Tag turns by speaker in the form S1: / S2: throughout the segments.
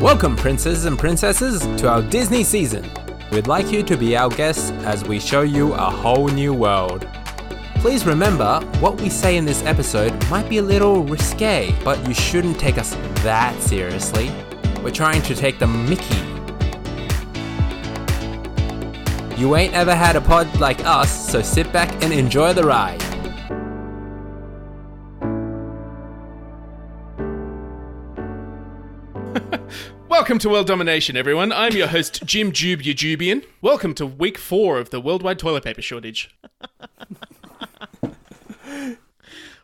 S1: Welcome, princes and princesses, to our Disney season. We'd like you to be our guests as we show you a whole new world. Please remember, what we say in this episode might be a little risque, but you shouldn't take us that seriously. We're trying to take the mickey. You ain't ever had a pod like us, so sit back and enjoy the ride.
S2: Welcome to World Domination, everyone. I'm your host, Jim Jube Yajubian. Welcome to week four of the worldwide toilet paper shortage.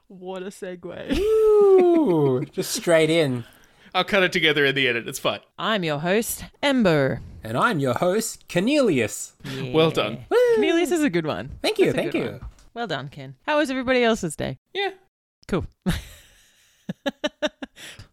S3: What a segue.
S1: Ooh, just straight in.
S2: I'll cut it together in the edit. It's fine.
S3: I'm your host, Ember.
S1: And I'm your host, Cornelius.
S2: Well done.
S3: Cornelius is a good one.
S1: Thank you,
S3: That's a
S1: thank
S3: good
S1: you.
S3: one. Well done, Ken. How was everybody else's day?
S2: Yeah.
S3: Cool.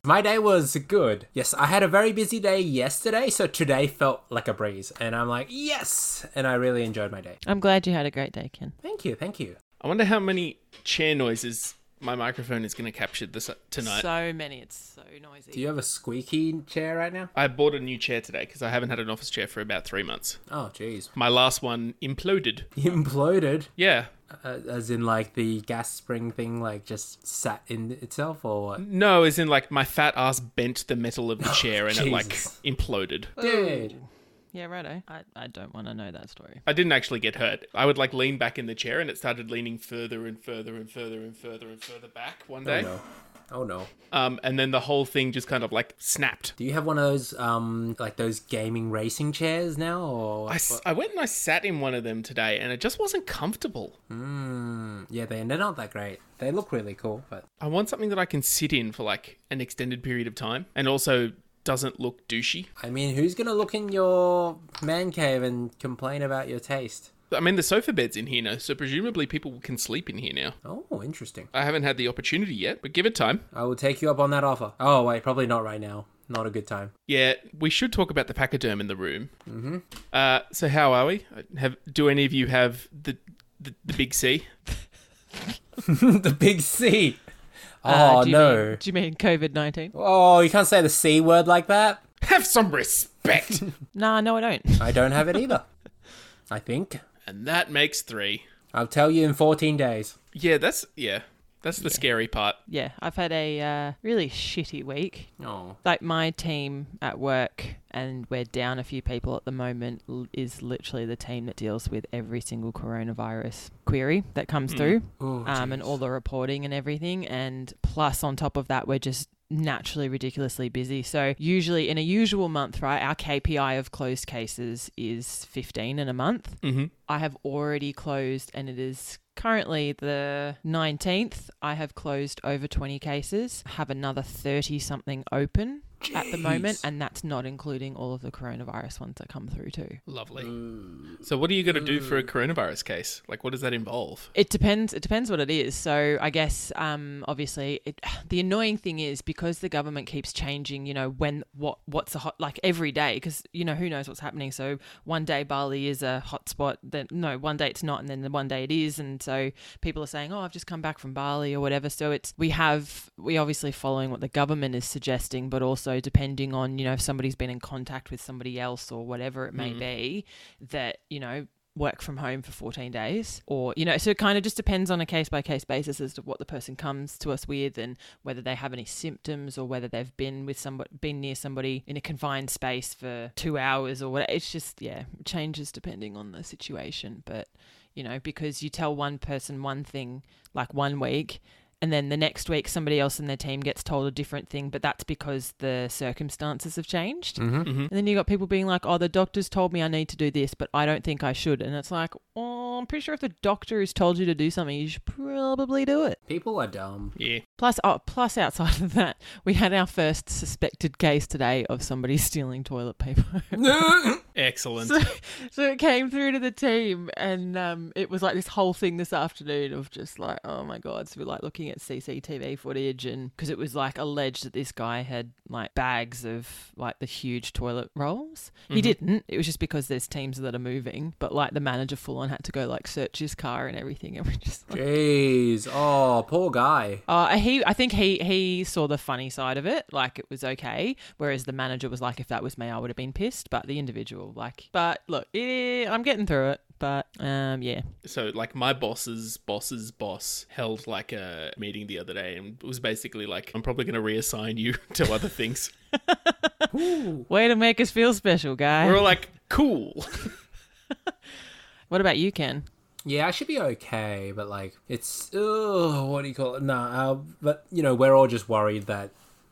S1: My day was good. Yes, I had a very busy day yesterday, so today felt like a breeze. And I'm like, yes! And I really enjoyed my day.
S3: I'm glad you had a great day, Ken.
S1: Thank you, thank you.
S2: I wonder how many chair noises my microphone is going to capture this tonight.
S3: So many. It's so noisy.
S1: Do you have a squeaky chair right now?
S2: I bought a new chair today because I haven't had an office chair for about three months.
S1: Oh, jeez.
S2: My last one imploded.
S1: Imploded,
S2: Yeah.
S1: uh, as in like the gas spring thing, like just sat in itself or what?
S2: No, as in like my fat ass bent the metal of the chair and it like
S1: Jesus.
S2: imploded.
S1: Dude.
S3: Yeah, righto. I, I don't want to know that story.
S2: I didn't actually get hurt. I would like lean back in the chair and it started leaning further and further and further and further and further back one
S1: Oh
S2: day.
S1: no. Oh no.
S2: Um, and then the whole thing just kind of like snapped.
S1: Do you have one of those, um, like those gaming racing chairs now or?
S2: I, s- I went and I sat in one of them today and it just wasn't comfortable.
S1: Mm, yeah, they, they're not that great. They look really cool, but
S2: I want something that I can sit in for like an extended period of time and also doesn't look douchey.
S1: I mean, who's gonna look in your man cave and complain about your taste?
S2: I mean, the sofa bed's in here now, so presumably people can sleep in here now.
S1: Oh, interesting.
S2: I haven't had the opportunity yet, but give it time.
S1: I will take you up on that offer. Oh wait, probably not right now. Not a good time.
S2: Yeah, we should talk about the pachyderm in the room. Mm-hmm. Uh, so how are we? Have do any of you have the the, the big C?
S1: the big C.
S3: Uh,
S1: Oh
S3: do you
S1: no.
S3: mean- do you mean COVID 19?
S1: Oh, you can't say the C word like that.
S2: Have some respect.
S3: Nah, no, I don't.
S1: I don't have it either. I think.
S2: and that makes three.
S1: I'll tell you in 14 days.
S2: Yeah, that's yeah. That's the scary part.
S3: yeah, I've had a uh, really shitty week.
S1: Oh.
S3: like my team at work and we're down a few people at the moment l- is literally the team that deals with every single coronavirus query that comes through
S1: Oh,
S3: um, and all the reporting and everything and plus on top of that we're just naturally ridiculously busy so usually in a usual month right our kpi of closed cases is 15 in a month
S2: Mm-hmm.
S3: I have already closed, and it is currently the 19th. I have closed over 20 cases, have another 30 something open at the moment,
S1: Jeez.
S3: and that's not including all of the coronavirus ones that come through, too.
S2: Lovely. So what are you going to do for a coronavirus case? Like, what does that involve?
S3: It depends. It depends what it is. So I guess, um, obviously, it, the annoying thing is because the government keeps changing. You know when what what's a hot like every day because you know who knows what's happening. So one day Bali is a hotspot. Then no, one day it's not, and then the one day it is. And so people are saying, oh, I've just come back from Bali or whatever. So it's we have we obviously following what the government is suggesting, but also depending on you know if somebody's been in contact with somebody else or whatever it may be, that you know work from home for 14 days or you know so it kind of just depends on a case by case basis as to what the person comes to us with and whether they have any symptoms or whether they've been with somebody been near somebody in a confined space for 2 hours or whatever it's just yeah changes depending on the situation but you know because you tell one person one thing like one week and then the next week somebody else in their team gets told a different thing but that's because the circumstances have changed
S1: Mm-hmm.
S3: and then you got people being like, "Oh, the doctor's told me I need to do this, but I don't think I should." And it's like, "Oh, I'm pretty sure if the doctor has told you to do something, you should probably do it."
S1: People are dumb.
S2: Yeah.
S3: Plus, oh, plus outside of that, we had our first suspected case today of somebody stealing toilet paper.
S2: Excellent.
S3: So, so it came through to the team, and um, it was like this whole thing this afternoon of just like, oh my god! So we're like looking at CCTV footage, and because it was like alleged that this guy had like bags of like the huge toilet rolls. He didn't. It was just because there's teams that are moving, but like the manager full on had to go like search his car and everything, and we just like.
S4: Jeez. Oh, poor guy.
S3: Uh, he, I think he he saw the funny side of it, like it was okay. Whereas the manager was like, if that was me, I would have been pissed. But the individual, like, but look, it, I'm getting through it. But um, yeah,
S2: So, like, my boss's boss's boss held like a meeting the other day and was basically like, I'm probably going to reassign you to other things.
S3: way to make us feel special, guy.
S2: We're all like, cool.
S3: What about you, Ken?
S4: Yeah, I should be okay, but like it's ugh, what do you call it? Nah, uh, but you know we're all just worried that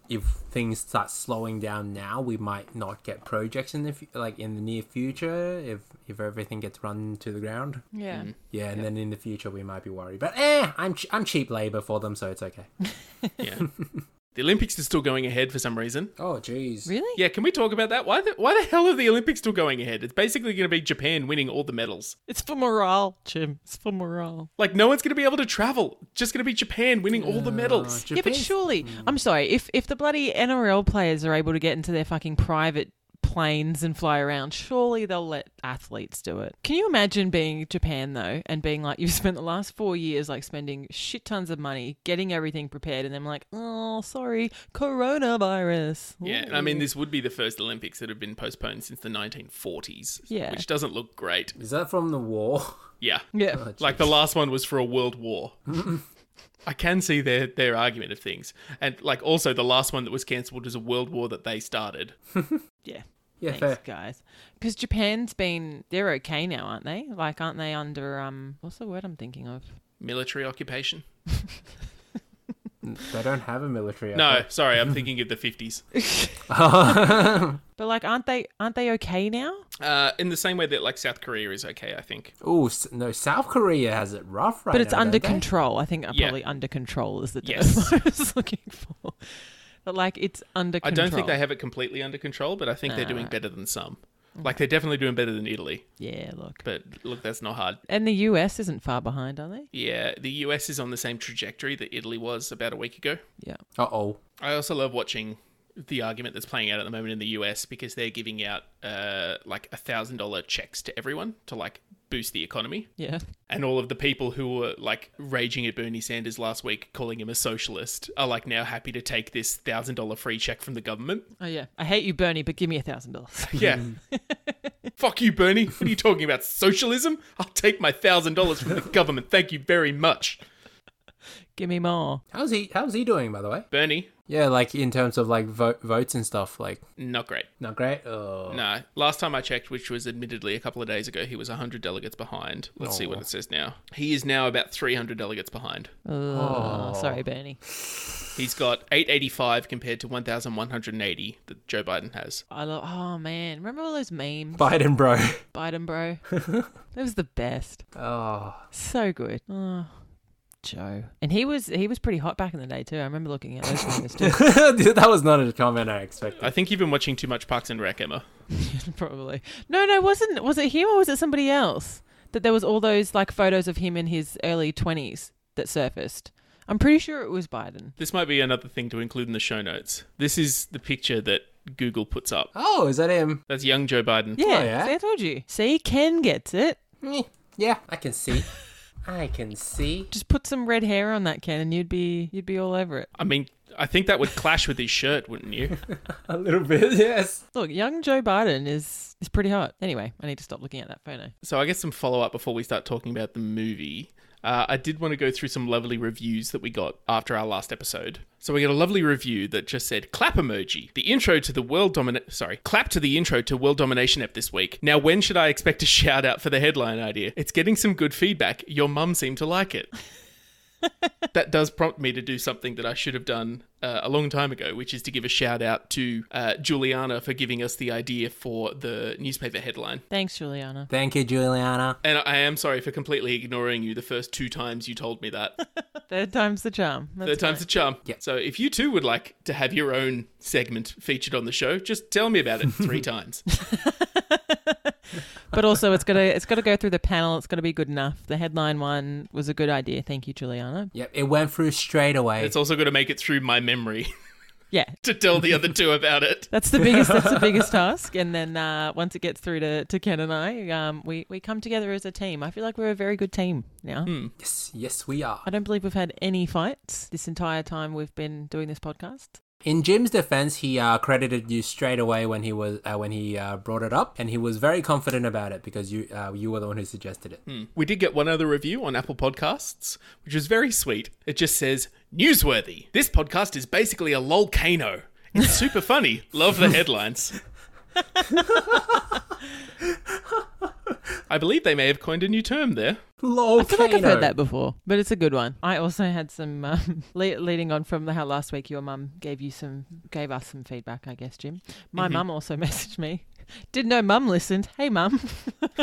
S4: if things start slowing down now, we might not get projects in the fu- like in the near future if if everything gets run to the ground.
S3: Yeah.
S4: Yeah, and then in the future we might be worried. But eh, I'm ch- I'm cheap labor for them, so it's okay.
S2: Yeah. the Olympics is still going ahead for some reason.
S4: Oh, jeez.
S3: Really?
S2: Yeah, can we talk about that? Why the, why the hell are the Olympics still going ahead? It's basically going to be Japan winning all the medals.
S3: It's for morale, Jim. It's for morale.
S2: Like, no one's going to be able to travel. It's just going to be Japan winning all the medals.
S4: Japan-
S3: yeah, but surely,
S2: Mm.
S3: I'm sorry, if if the bloody NRL players are able to get into their fucking private planes and fly around, surely they'll let athletes do it. Can you imagine being Japan though and being like you've spent the last 4 years like spending shit tons of money getting everything prepared and then like, "Oh, sorry, coronavirus."
S2: Yeah, and I mean, this would be the first Olympics that have been postponed since the 1940s.
S3: Yeah.
S2: Which doesn't look great.
S4: Is that from the war? Oh,
S2: Yeah.
S3: Yeah.
S2: Like the last one was for a world war. I can see their their argument of things, and like also the last one that was cancelled was a world war that they started.
S3: Yeah.
S4: Yeah, fair.
S3: Thanks, guys. Because Japan's been, they're okay now, aren't they? Like, aren't they under, um, what's the word I'm thinking of?
S2: Military occupation?
S4: They don't have a military. I
S2: No, sorry, I'm thinking of the 50s.
S3: But like, aren't they, aren't they okay now?
S2: Uh, in the same way that like South Korea is okay, I think.
S4: Oh no, South Korea has it rough right now.
S3: But it's under
S4: don't they?
S3: control. I think uh,
S2: Yeah.
S3: probably under control is the term
S2: Yes.
S3: I was looking for. But like, it's under
S2: I
S3: control.
S2: don't think they have it completely under control, but I think they're doing better than some. Like they're definitely doing better than Italy,
S3: Yeah, look.
S2: but look, that's not hard.
S3: And the US isn't far behind, are they?
S2: Yeah, the US is on the same trajectory that Italy was about a week ago.
S3: Yeah.
S4: Uh oh.
S2: I also love watching the argument that's playing out at the moment in the US because they're giving out uh, like a thousand dollar checks to everyone to like boost the economy.
S3: Yeah.
S2: And all of the people who were like raging at Bernie Sanders last week, calling him a socialist, are like now happy to take this thousand dollar free check from the government.
S3: Oh, yeah. I hate you, Bernie, but give me a thousand dollars.
S2: Yeah. Fuck you, Bernie. What are you talking about? Socialism? I'll take my thousand dollars from the government. Thank you very much.
S3: Give me more.
S4: How's he? How's he doing, by the way?
S2: Bernie,
S4: Yeah, like in terms of like vote, votes and stuff. Like
S2: not great.
S4: not great. Oh,
S2: No, last time I checked, which was admittedly a couple of days ago, he was 100 delegates behind. Let's see what it says now. He is now about 300 delegates behind.
S3: Oh, sorry, Bernie.
S2: He's got 885 compared to 1,180 that Joe Biden has.
S3: I love, oh man, remember all those memes?
S4: Biden, bro.
S3: Biden, bro. that was the best.
S4: Oh,
S3: So good. Oh, Joe. And he was he was pretty hot back in the day too. I remember looking at those things too.
S4: that was not a comment I expected.
S2: I think you've been watching too much Parks and Rec, Emma.
S3: Probably. No, no, wasn't was it him or was it somebody else? That there was all those like photos of him in his early twenties that surfaced. I'm pretty sure it was Biden.
S2: This might be another thing to include in the show notes. This is the picture that Google puts up.
S4: Oh, is that him?
S2: That's young Joe Biden.
S3: Yeah,
S4: yeah?
S3: see, I told you. See, Ken gets it.
S4: Eh, Yeah, I can see. I can see.
S3: Just put some red hair on that Ken, and you'd be you'd be all over it.
S2: I mean, I think that would clash with his shirt, wouldn't you?
S4: A little bit. Yes.
S3: Look, young Joe Biden is is pretty hot. Anyway, I need to stop looking at that photo.
S2: So I guess some follow up before we start talking about the movie. Uh, I did want to go through some lovely reviews that we got after our last episode. So we got a lovely review that just said clap emoji. The intro to the world domination. Sorry, clap to the intro to world domination app this week. Now when should I expect a shout out for the headline idea? It's getting some good feedback. Your mum seemed to like it. that does prompt me to do something that I should have done uh, a long time ago, which is to give a shout out to uh, Juliana for giving us the idea for the newspaper headline.
S3: Thanks, Juliana.
S4: Thank you, Juliana.
S2: And I am sorry for completely ignoring you the first two times you told me that.
S3: Third time's the charm. That's
S2: Third time's
S3: fine.
S2: the charm.
S4: Yep.
S2: So if you too would like to have your own segment featured on the show, just tell me about it three times.
S3: but also it's gonna it's gotta go through the panel. It's gotta be good enough. The headline one was a good idea. Thank you, Juliana.
S1: Yep, it went through straight away.
S2: It's also going to make it through my memory
S3: Yeah,
S2: to tell the other two about it.
S3: that's the biggest that's the biggest task. And then uh, once it gets through to, to Ken and I, um, we we come together as a team. I feel like we're a very good team now.
S1: yes, yes, we are.
S3: I don't believe we've had any fights this entire time we've been doing this podcast.
S1: In Jim's defense, he uh, credited you straight away when he was uh, when he uh, brought it up, and he was very confident about it because you uh, you were the one who suggested it.
S4: Hmm.
S2: We did get one other review on Apple Podcasts, which was very sweet. It just says, Newsworthy. This podcast is basically a lolcano. It's super funny. Love the headlines. I believe they may have coined a new term there.
S1: Lol,
S3: I feel like I've heard that before, but it's a good one. I also had some um, le- leading on from how last week your mum gave you some gave us some feedback, I guess, Jim. My mum also messaged me. Didn't know mum listened. Hey mum,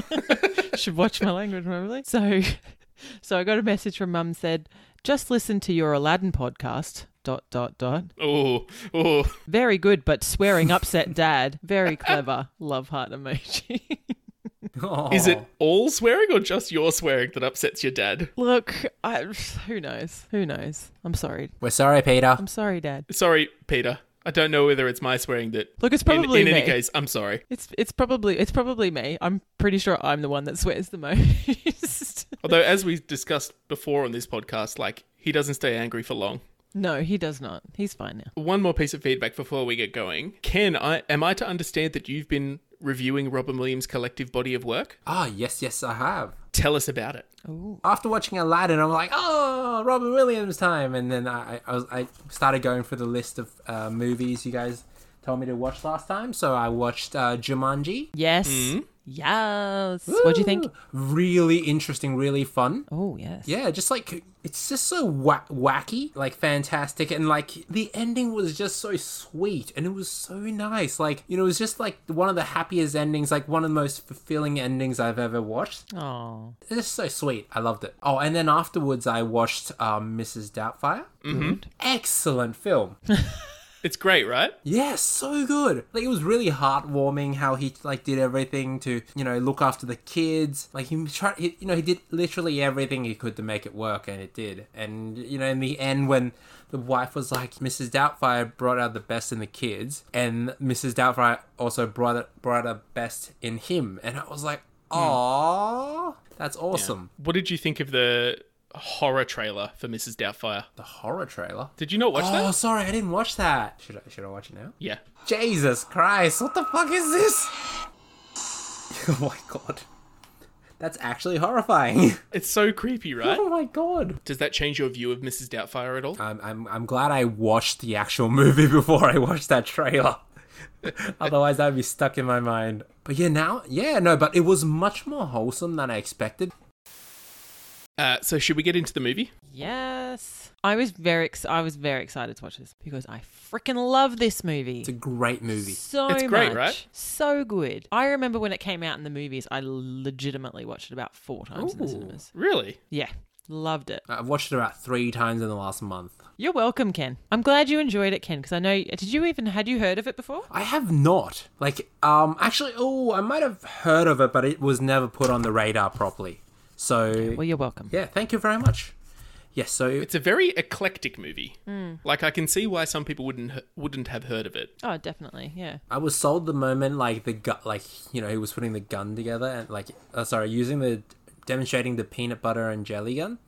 S3: should watch my language probably. So, so I got a message from mum said, just listen to your Aladdin podcast. Dot dot dot.
S2: Oh, oh.
S3: Very good, but swearing upset dad. Very clever. Love heart emoji.
S2: Is it all swearing or just your swearing that upsets your dad?
S3: Look, I, who knows? Who knows? I'm sorry.
S1: We're sorry, Peter.
S3: I'm sorry, Dad.
S2: Sorry, Peter. I don't know whether it's my swearing that.
S3: Look, it's
S2: In,
S3: probably
S2: in
S3: me.
S2: any case, I'm sorry.
S3: It's it's probably it's probably me. I'm pretty sure I'm the one that swears the most.
S2: Although, as we discussed before on this podcast, like he doesn't stay angry for long.
S3: no, he does not. He's fine now.
S2: One more piece of feedback before we get going. Ken, I am I to understand that you've been reviewing Robin Williams' collective body of work?
S1: Ah, yes, yes, I have.
S2: Tell us about it.
S1: After watching Aladdin, I'm like, oh, Robin Williams time, and then I I, was, I started going for the list of uh, movies you guys told me to watch last time. So I watched uh, Jumanji.
S3: Yes.
S2: Hmm?
S3: Yes. What do you think?
S1: Ooh, Really interesting, really fun.
S3: Oh yes.
S1: Yeah, just like it's just so wa- wacky, like fantastic, and like the ending was just so sweet and it was so nice. Like you know, it was just like one of the happiest endings, like one of the most fulfilling endings I've ever watched.
S3: Oh.
S1: It's just so sweet. I loved it. Oh, and then afterwards, I watched um, Mrs. Doubtfire.
S3: Good.
S1: Excellent film.
S2: It's great, right?
S1: Yeah, so good. Like it was really heartwarming how he like did everything to you know look after the kids. Like he tried, he, you know, he did literally everything he could to make it work, and it did. And you know, in the end, when the wife was like, Mrs. Doubtfire brought out the best in the kids, and Mrs. Doubtfire also brought it, brought out the best in him. And I was like, aww, that's awesome.
S2: What did you think of the horror trailer for Mrs. Doubtfire?
S1: The horror trailer.
S2: Did you not watch
S1: Oh,
S2: that?
S1: sorry, I didn't watch that. Should I should I watch it now?
S2: Yeah.
S1: Jesus Christ, what the fuck is this? Oh my god. That's actually horrifying.
S2: It's so creepy, right?
S1: Oh my god.
S2: Does that change your view of Mrs. Doubtfire at all?
S1: I'm, I'm, I'm glad I watched the actual movie before I watched that trailer. Otherwise, I'd be stuck in my mind. But yeah, now, yeah, no, but it was much more wholesome than I expected.
S2: Uh, so should we get into the movie?
S3: Yes. I was very ex- I was very excited to watch this because I freaking love this movie.
S1: It's a great movie.
S3: so
S2: It's great,
S3: much.
S2: right?
S3: So good. I remember when it came out in the movies, I legitimately watched it about four times in the
S1: Ooh.
S3: cinemas.
S2: Really?
S3: Yeah. Loved it.
S1: I've watched it about three times in the last month.
S3: You're welcome, Ken. I'm glad you enjoyed it, Ken, because I know. Did you even had you heard of it before?
S1: I have not. Like, um, actually, oh, I might have heard of it, but it was never put on the radar properly. So,
S3: Well, you're welcome.
S1: yeah, thank you very much. Yes, so
S2: It's a very eclectic movie. Like I can see why some people wouldn't wouldn't have heard of it.
S3: Oh, definitely. Yeah.
S1: I was sold the moment like the gun, like you know, he was putting the gun together and like, uh, sorry, using the demonstrating the peanut butter and jelly gun,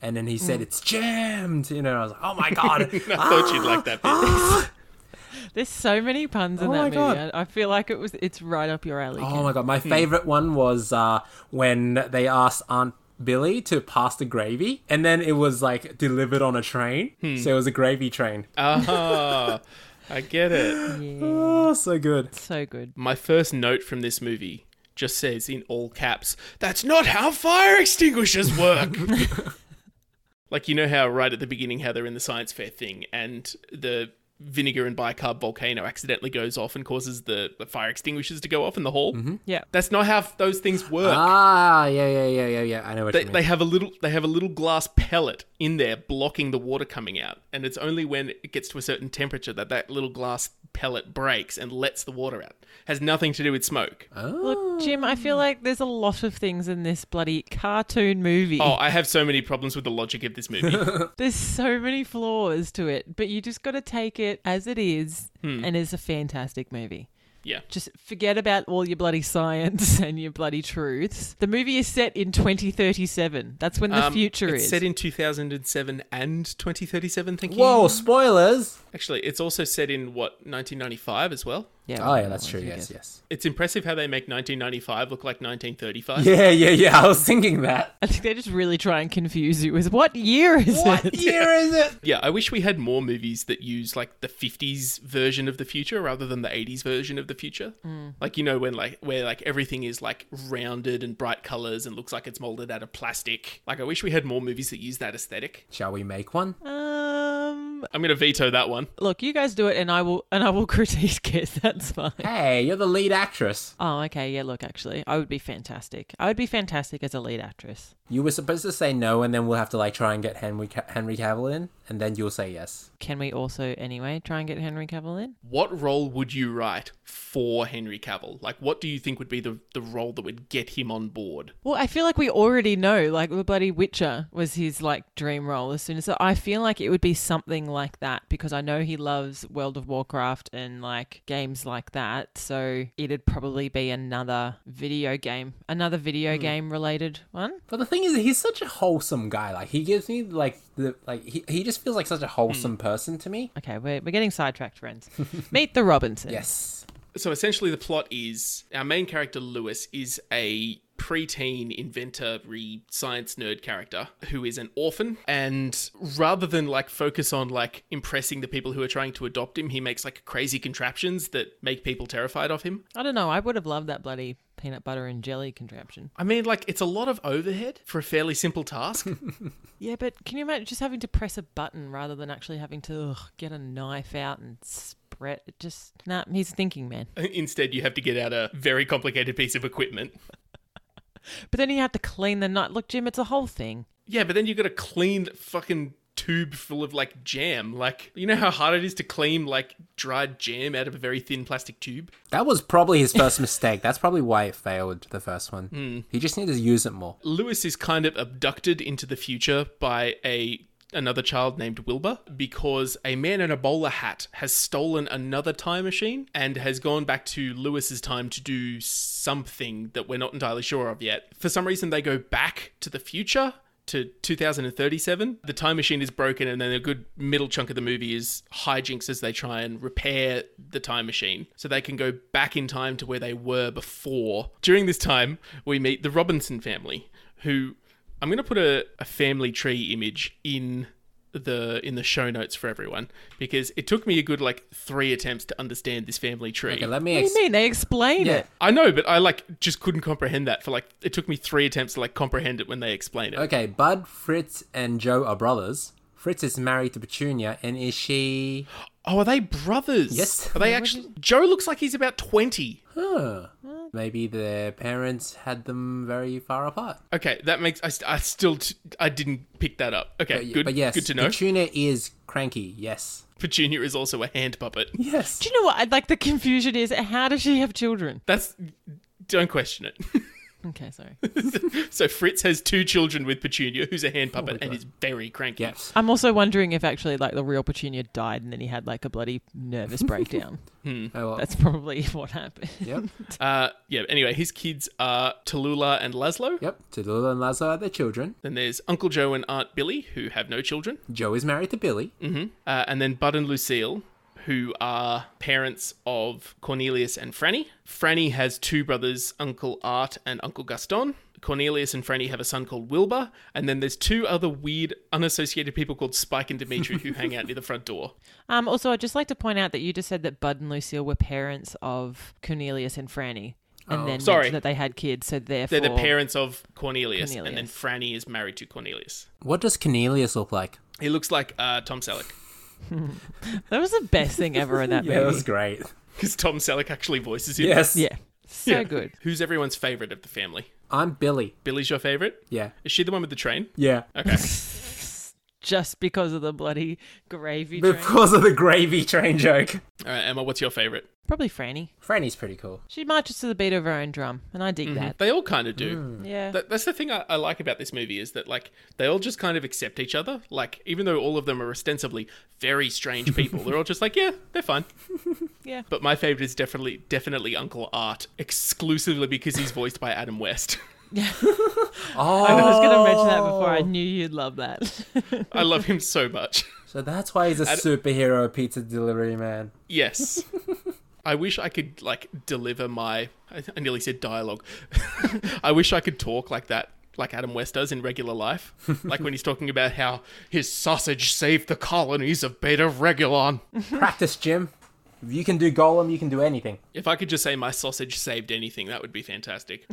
S1: and then he said it's jammed. You know, I was like, oh my god,
S2: I thought you'd like that bit.
S3: There's so many puns in
S1: Oh
S3: that
S1: my
S3: movie.
S1: God.
S3: I, I feel like it was. It's right up your alley.
S1: oh
S3: Ken.
S1: my god. My favorite one was uh, when they asked Aunt. Billy to pass the gravy, and then it was like delivered on a train, so it was a gravy train.
S2: Uh, Ah, I get it.
S1: Oh, so good!
S3: So good.
S2: My first note from this movie just says in all caps, that's not how fire extinguishers work. like you know how right at the beginning how they're in the science fair thing and the vinegar and bicarb volcano accidentally goes off and causes the, the fire extinguishers to go off in the hall.
S3: Yeah.
S2: That's not how those things work.
S4: Ah, yeah, yeah, yeah, yeah, yeah. I know what
S2: They,
S4: you mean.
S2: they have a little they have a little glass pellet in there blocking the water coming out and it's only when it gets to a certain temperature that that little glass pellet breaks and lets the water out has nothing to do with smoke
S3: Look, Jim, I
S1: Oh.
S3: feel like there's a lot of things in this bloody cartoon movie.
S2: oh i have so many problems with the logic of this movie
S3: There's so many flaws to it, but you just got to take it as it is, and it's a fantastic movie.
S2: Hmm. yeah
S3: Just forget about all your bloody science and your bloody truths. The movie is set in 2037. That's when the
S2: Um,
S3: future
S2: it's
S3: is.
S2: set in 2007 and 2037 thank you
S4: Whoa, spoilers!
S2: actually it's also set in what 1995 as well
S3: yeah,
S4: Oh, yeah,
S3: well,
S4: that's
S3: I
S4: true.
S3: think
S4: Yes,
S3: it's-
S4: yes.
S2: it's impressive how they make 1995 look like 1935
S4: Yeah, yeah, yeah. I was thinking that.
S3: I think they just really try and confuse you with what year is
S4: What
S3: it?
S4: year is it?
S2: Yeah, I wish we had more movies that use like the 50s version of the future rather than the 80s version of the future. Like you know when like where like everything is like rounded and bright colors and looks like it's molded out of plastic. Like I wish we had more movies that use that aesthetic.
S4: Shall we make one?
S3: Um,
S2: I'm going to veto that one.
S3: look, you guys do it, and I will, and I will critique it. That's fine.
S4: Hey, you're the lead actress.
S3: Oh, okay. Yeah, look, actually, I would be fantastic. I would be fantastic as a lead actress.
S4: You were supposed to say no, and then we'll have to like try and get Henry Ca- Henry Cavill in, and then you'll say yes.
S3: Can we also, anyway, try and get Henry Cavill in?
S2: What role would you write for Henry Cavill? Like what do you think would be the the role that would get him on board?
S3: Well, I feel like we already know, like the bloody Witcher was his like dream role as soon as so I feel like it would be something like that because I know he loves World of Warcraft and like games like that. So it'd probably be another video game, another video game related one.
S4: But the thing is, he's such a wholesome guy. Like he gives me like the like he, he just feels like such a wholesome person to me.
S3: Okay, we're, we're getting sidetracked, friends. Meet the Robinson.
S4: Yes.
S2: So essentially, the plot is our main character Lewis is a preteen inventor, re science nerd character who is an orphan, and rather than like focus on like impressing the people who are trying to adopt him, he makes like crazy contraptions that make people terrified of him.
S3: I don't know. I would have loved that bloody peanut butter and jelly contraption.
S2: I mean, like it's a lot of overhead for a fairly simple task.
S3: Yeah, but can you imagine just having to press a button rather than actually having to ugh, get a knife out and spread? It just nah. He's a thinking man.
S2: Instead, you have to get out a very complicated piece of equipment.
S3: But then you have to clean the nut. Look, Jim, it's a whole thing.
S2: Yeah, but then you got to clean the fucking tube full of like jam. Like, you know how hard it is to clean like dried jam out of a very thin plastic tube?
S4: That was probably his first mistake. That's probably why it failed the first one. He just needed to use it more.
S2: Lewis is kind of abducted into the future by a another child named Wilbur because a man in a bowler hat has stolen another time machine and has gone back to Lewis's time to do something that we're not entirely sure of yet. For some reason they go back to the future to 2037. The time machine is broken, and then a good middle chunk of the movie is hijinks as they try and repair the time machine so they can go back in time to where they were before. During this time, we meet the Robinson family, who I'm going to put a, a family tree image in the in the show notes for everyone because it took me a good like three attempts to understand this family tree.
S4: Okay, let me.
S3: What do
S4: Ex-
S3: you mean? They explain
S4: yeah.
S3: it.
S2: I know, but I like just couldn't comprehend that for like it took me three attempts to like comprehend it when they explain it.
S4: Okay, Bud, Fritz, and Joe are brothers. Fritz is married to Petunia, and is she?
S2: Oh, are they brothers?
S4: Yes.
S2: Are they actually? Joe looks like he's about 20.
S4: Huh. Maybe their parents had them very far apart.
S2: Okay, that makes. I, st- I still. T- I didn't pick that up. Okay,
S4: But,
S2: good.
S4: but yes,
S2: Good to know.
S4: Petunia is cranky. Yes.
S2: Petunia is also a hand puppet.
S4: Yes.
S3: Do you know what? I'd Like the confusion is, how does she have children?
S2: That's. Don't question it.
S3: Okay, sorry.
S2: so Fritz has two children with Petunia, who's a hand puppet and is very cranky.
S4: Oh Yes.
S3: I'm also wondering if actually like the real Petunia died and then he had like a bloody nervous breakdown.
S4: Oh, well.
S3: That's probably what happened.
S4: Yep.
S2: Uh, yeah. Anyway, his kids are Tallulah and Laszlo.
S4: Yep. Tallulah and Lazo are their children.
S2: Then there's Uncle Joe and Aunt Billy, who have no children.
S4: Joe is married to Billy.
S2: Uh, and then Bud and Lucille, who are parents of Cornelius and Franny. Franny has two brothers, Uncle Art and Uncle Gaston. Cornelius and Franny have a son called Wilbur. And then there's two other weird, unassociated people called Spike and Dimitri who hang out near the front door.
S3: Um, also, I'd just like to point out that you just said that Bud and Lucille were parents of Cornelius and Franny,
S4: Oh,
S3: and then
S2: Sorry.
S3: mentioned that they had kids. So therefore,
S2: They're the parents of Cornelius, And then
S3: Cornelius.
S2: Franny is married to Cornelius.
S4: What does Cornelius look like?
S2: He looks like uh, Tom Selleck.
S3: That was the best thing ever in that
S4: Yeah, that
S3: movie.
S4: was great.
S2: because Tom Selleck actually voices him.
S4: Yes.
S3: Yeah, so
S2: Yeah.
S3: good.
S2: Who's everyone's favorite of the family?
S4: I'm Billy.
S2: Billy's your favorite.
S4: Yeah.
S2: Is she the one with the train?
S4: Yeah.
S2: Okay.
S3: Just because of the bloody gravy train.
S4: Because of the gravy train joke.
S2: All right, Emma. What's your favorite?
S3: Probably Franny.
S4: Franny's pretty cool.
S3: She marches to the beat of her own drum, and I dig that.
S2: They all kind of do.
S3: Yeah.
S2: Mm-hmm. That, that's the thing I, I like about this movie is that like they all just kind of accept each other. Like even though all of them are ostensibly very strange people, they're all just like, yeah, they're fine.
S3: Yeah.
S2: But my favorite is definitely definitely Uncle Art, exclusively because he's voiced by Adam West.
S4: Oh,
S3: I was going to mention that before. I knew you'd love that.
S2: I love him so much.
S4: so that's why he's a superhero pizza delivery man.
S2: Yes. I wish I could like deliver my. I I nearly said dialogue. I wish I could talk like that, like Adam West does in regular life, like when he's talking about how his sausage saved the colonies of Beta Regulon.
S4: Practice, Jim. If you can do Golem, you can do anything.
S2: If I could just say my sausage saved anything, that would be fantastic.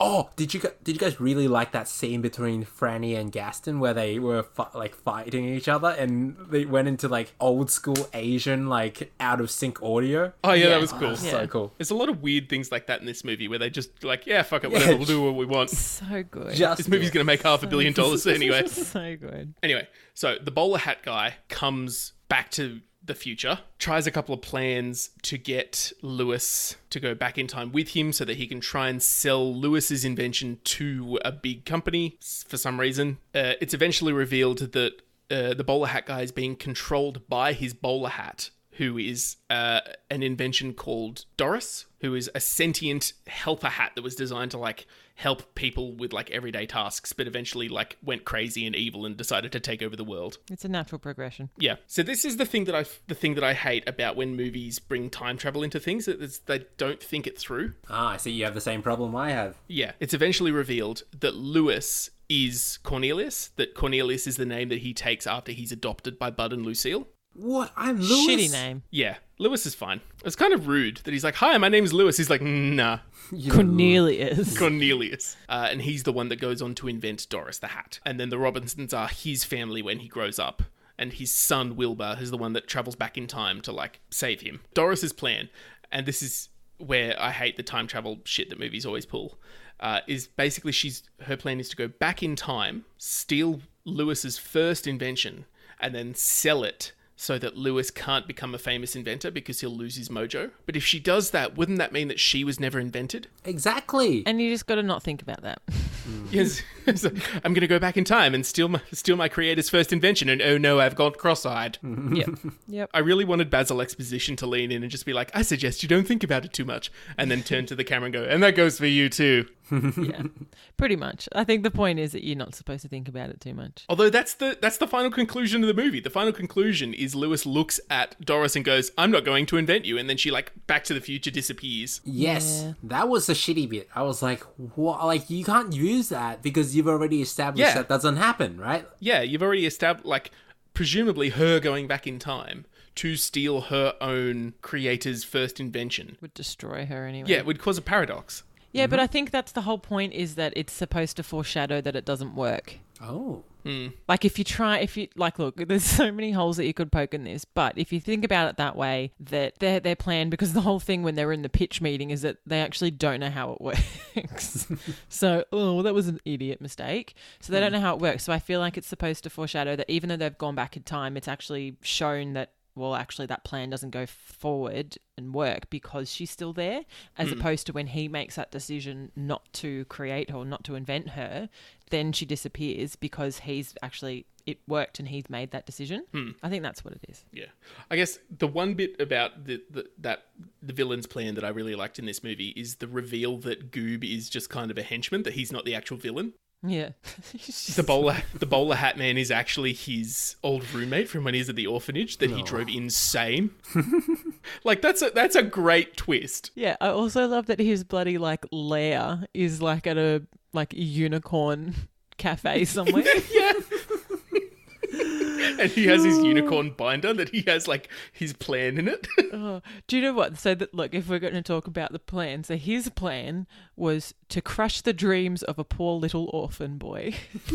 S4: Oh, did you gu- did you guys really like that scene between Franny and Gaston where they were fi- like fighting each other and they went into like old school Asian like out of sync audio?
S2: Oh yeah,
S3: Yeah.
S2: that was cool.
S4: That's so
S3: Yeah.
S4: cool.
S2: There's a lot of weird things like that in this movie where they just like, yeah, fuck it, whatever, we'll do what we want.
S3: so good.
S4: Just
S2: This movie's gonna make half a billion dollars anyway.
S3: so good.
S2: Anyway, so the bowler hat guy comes back to the future, tries a couple of plans to get Lewis to go back in time with him so that he can try and sell Lewis's invention to a big company s- for some reason. Uh, it's eventually revealed that uh, the bowler hat guy is being controlled by his bowler hat. Who is uh, an invention called Doris, who is a sentient helper hat that was designed to like help people with like everyday tasks, but eventually like went crazy and evil and decided to take over the world.
S3: It's a natural progression.
S2: Yeah. So this is the thing that I the thing that I hate about when movies bring time travel into things that it's- they don't think it through.
S4: Ah, I see. You have the same problem I have.
S2: Yeah. It's eventually revealed that Lewis is Cornelius, that Cornelius is the name that he takes after he's adopted by Bud and Lucille.
S4: What? I'm Lewis.
S3: Shitty name.
S2: Yeah. Lewis is fine. It's kind of rude that he's like, "Hi, my name's Lewis." He's like, "Nah,
S4: You-
S3: Cornelius.
S2: Cornelius. Uh, and he's the one that goes on to invent Doris the Hat. And then the Robinsons are his family when he grows up. And his son Wilbur is the one that travels back in time to like save him. Doris's plan, and this is where I hate the time travel shit that movies always pull, uh, is basically she's her plan is to go back in time, steal Lewis's first invention, and then sell it so that Lewis can't become a famous inventor because he'll lose his mojo. But if she does that, wouldn't that mean that she was never invented?
S4: Exactly.
S3: And you just got to not think about that.
S2: Yes, It's like, I'm going to go back in time and steal my steal my creator's first invention, and oh no, I've gone cross-eyed.
S3: yep. Yep.
S2: I really wanted Basil Exposition to lean in and just be like, "I suggest you don't think about it too much," and then turn to the camera and go, "And that goes for you too."
S3: Yeah. Pretty much. I think the point is that you're not supposed to think about it too much.
S2: Although that's the that's the final conclusion of the movie. The final conclusion is Lewis looks at Doris and goes, "I'm not going to invent you," and then she like Back to the Future disappears.
S4: Yes,
S3: Yeah.
S4: that was the shitty bit. I was like, what? Like, you can't use that because you've already established
S2: Yeah.
S4: that doesn't happen, right?
S2: Yeah, you've already established, like, presumably her going back in time to steal her own creator's first invention.
S3: Would destroy her anyway.
S2: Yeah, Mm-hmm. it would cause a paradox.
S3: Yeah, but I think that's the whole point is that it's supposed to foreshadow that it doesn't work.
S4: Oh.
S3: Like if you try, if you like, look, there's so many holes that you could poke in this. But if you think about it that way, that their their plan, because the whole thing when they were in the pitch meeting is that they actually don't know how it works. so oh, well, that was an idiot mistake. So they don't know how it works. So I feel like it's supposed to foreshadow that even though they've gone back in time, it's actually shown that well, actually that plan doesn't go forward and work because she's still there, as opposed to when he makes that decision not to create or not to invent her, then she disappears because he's actually it worked and he's made that decision. I think that's what it is.
S2: Yeah, I guess the one bit about the, the that the villain's plan that I really liked in this movie is the reveal that Goob is just kind of a henchman, that he's not the actual villain.
S3: Yeah.
S2: The bowler, the bowler hat man, is actually his old roommate from when he was at the orphanage that he drove insane. like that's a that's a great twist.
S3: yeah, I also love that his bloody like lair is like at a like a unicorn cafe somewhere.
S2: Yeah. and he has his unicorn binder that he has like his plan in it.
S3: Oh, do you know what? So that look, if we're going to talk about the plan, so his plan was to crush the dreams of a poor little orphan boy.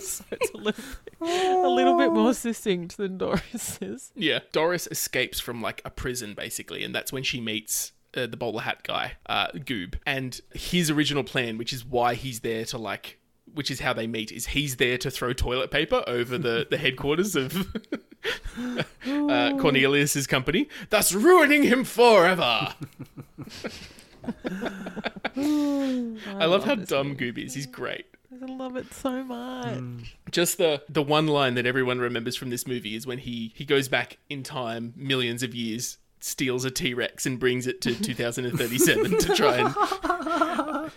S3: so it's a little, a little bit more succinct than Doris's.
S2: Yeah, Doris escapes from like a prison basically, and that's when she meets uh, the bowler hat guy, uh, Goob, and his original plan, which is why he's there to like, which is how they meet, is he's there to throw toilet paper over the the headquarters of. Uh, Cornelius's company, thus ruining him forever. I, love, how
S3: this
S2: dumb
S3: movie.
S2: Goob is. He's great.
S3: I love it so much.
S2: Just the the one line that everyone remembers from this movie is when he he goes back in time millions of years, steals a T Rex and brings it to 2037 to try and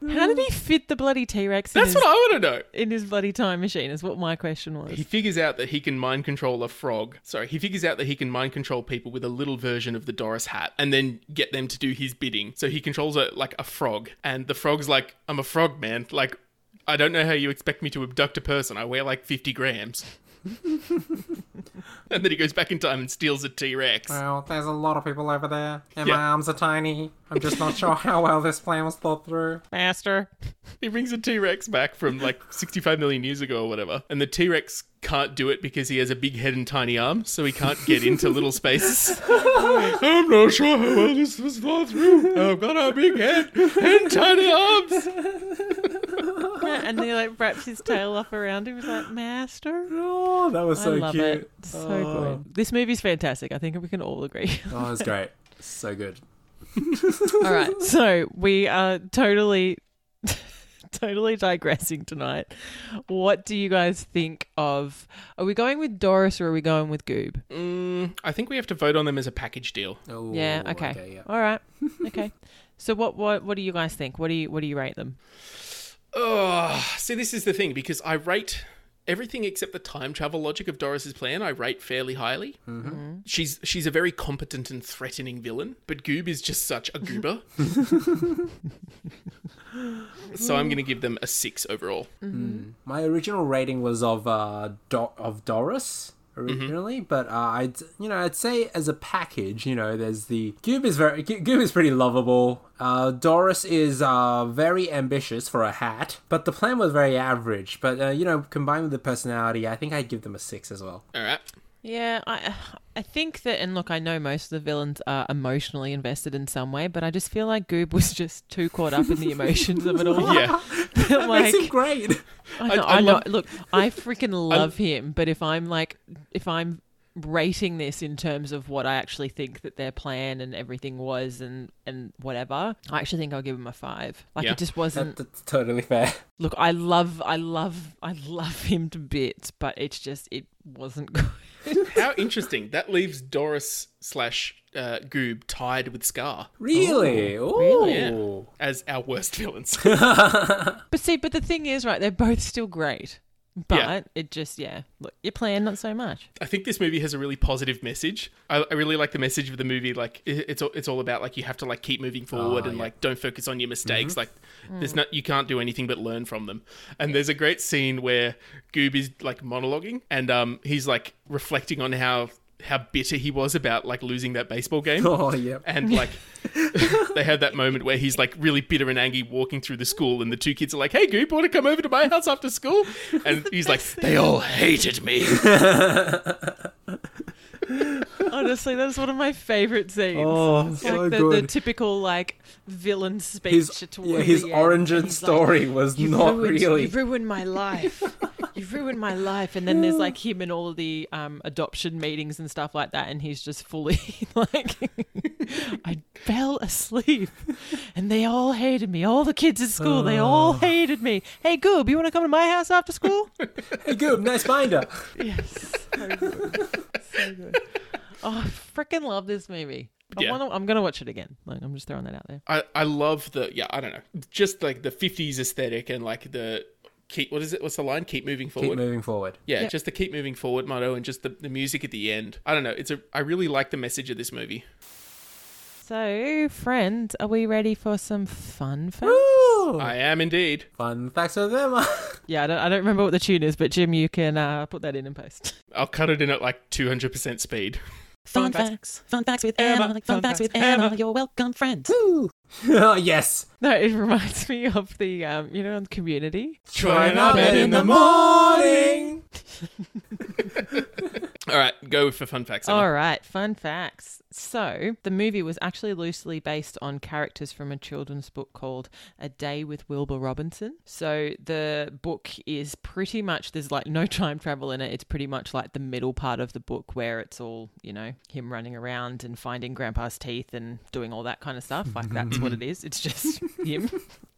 S1: Mm.
S3: How did he fit the bloody T Rex in,
S2: That's
S3: his-
S2: what I want to know.
S3: in his bloody time machine? Is what my question
S2: He
S3: was.
S2: figures out that he can mind control a frog. Sorry, he figures out that he can mind control people with a little version of the Doris hat and then get them to do his bidding. So he controls a like a frog and the frog's like, "I'm a frog, man." Like I don't know how you expect me to abduct a person. I weigh like 50 grams. and then he goes back in time and steals a T-Rex.
S1: Well, there's a lot of people over there, and my
S2: Yeah.
S1: arms are tiny. I'm just not sure how well this plan was thought through.
S3: Master.
S2: He brings a T Rex back from like 65 million years ago or whatever, and the T Rex can't do it because he has a big head and tiny arms, so he can't get into little spaces. I'm not sure how well this was thought through. I've got a big head and tiny arms.
S3: and he like wraps his tail up around him. He's like, Master.
S1: Oh, that was so
S3: I love
S1: cute.
S3: it. So
S2: Oh.
S3: good. This movie's fantastic. I think we can all agree.
S1: Oh, it was great. So good.
S3: all right. So we are totally, totally digressing tonight. What do you guys think of? Are we going with Doris or are we going with Goob?
S2: Mm, I think we have to vote on them as a package deal.
S1: Oh,
S3: yeah. Okay.
S1: yeah.
S3: All right. Okay. So what, what what do you guys think? What do you what do you rate them?
S2: Ugh. see, this is the thing because I rate everything except the time travel logic of Doris's plan. I rate fairly highly. She's she's a very competent and threatening villain, but Goob is just such a goober. so I'm going to give them a six overall.
S1: My original rating was of uh Do- of Doris
S3: Mm-hmm.
S1: originally, but uh, I'd you know I'd say as a package, you know, there's the Goob is very Go- Goob is pretty lovable. Uh, Doris is uh very ambitious for a hat, but the plan was very average. But uh, you know, combined with the personality, I think I'd give them a six as well.
S2: All right.
S3: Yeah, I I think that, and look, I know most of the villains are emotionally invested in some way, but I just feel like Goob was just too caught up in the emotions of it all.
S2: Yeah.
S1: Makes
S3: that like,
S1: him great.
S3: I
S2: I-
S3: know,
S2: I
S3: I, know.
S2: love-
S3: Look, I freaking love him, but if I'm like, if I'm rating this in terms of what I actually think that their plan and everything was, and and whatever, I actually think I'll give him a five. Like
S2: Yeah.
S3: it just
S1: That-
S3: wasn't.
S1: that's totally fair.
S3: Look, I love, I love, I love him to bits, but it's just it wasn't good.
S2: How interesting. That leaves Doris slash uh, Goob tied with Scar
S1: Really? Ooh.
S3: really?
S2: as our worst villains.
S3: But see, but the thing is, right? They're both still great, but
S2: Yeah.
S3: it just yeah. Look, your plan not so much.
S2: I think this movie has a really positive message. I, I really like the message of the movie. Like i- it's all, it's all about like you have to like keep moving forward and like don't focus on your mistakes. Like there's not you can't do anything but learn from them. And there's a great scene where Goob is like monologuing and um he's like reflecting on how how bitter he was about like losing that baseball game.
S1: Oh, yep.
S2: And like they had that moment where he's like really bitter and angry walking through the school and the two kids are like, Hey Goop, wanna come over to my house after school? And he's like, They all hated me.
S3: Honestly, that's one of my favorite scenes.
S1: Oh,
S3: It's
S1: so
S3: like the, the
S1: good.
S3: typical like villain speech
S1: His,
S3: towards
S1: yeah, his
S3: the end.
S1: origin
S3: uh, He's like,
S1: story was
S3: "You
S1: not
S3: ruined-
S1: really.
S3: You ruined my life. you ruined my life. And then there's like him and all the um, adoption meetings and stuff like that, and he's just fully like, I fell asleep, and they all hated me. All the kids at school, they all hated me. Hey, Goob, you want to come to my house after school?
S1: Hey, Goob, nice binder.
S3: yes, so good, so good. Oh, I freaking love this movie. I
S2: Yeah.
S3: wanna, I'm gonna watch it again. Like, I'm just throwing that out there.
S2: I, I love the yeah I don't know just like the fifties aesthetic and like the keep what is it what's the line keep moving forward
S1: Keep moving forward.
S2: yeah
S3: Yep.
S2: just the keep moving forward motto and just the, the music at the end I don't know it's a I really like the message of this movie
S3: So, friends, are we ready for some fun facts?
S1: Ooh.
S2: I am indeed
S1: Fun facts with Emma.
S3: Yeah, I don't, I don't remember what the tune is, but Jim, you can uh, put that in and post.
S2: I'll cut it in at like two hundred percent speed
S5: Fun facts. Fun facts with Emma. Fun facts with Emma. You're welcome, friends.
S1: yes.
S3: No, it reminds me of the um, you know, on Community.
S1: Try not bed in the morning.
S2: All right, go for fun facts. Emma.
S3: All right, fun facts. So, the movie was actually loosely based on characters from a children's book called A Day with Wilbur Robinson. So, the book is pretty much there's like no time travel in it. It's pretty much like the middle part of the book where it's all, you know, him running around and finding grandpa's teeth and doing all that kind of stuff. Like, that's what it is. It's just him.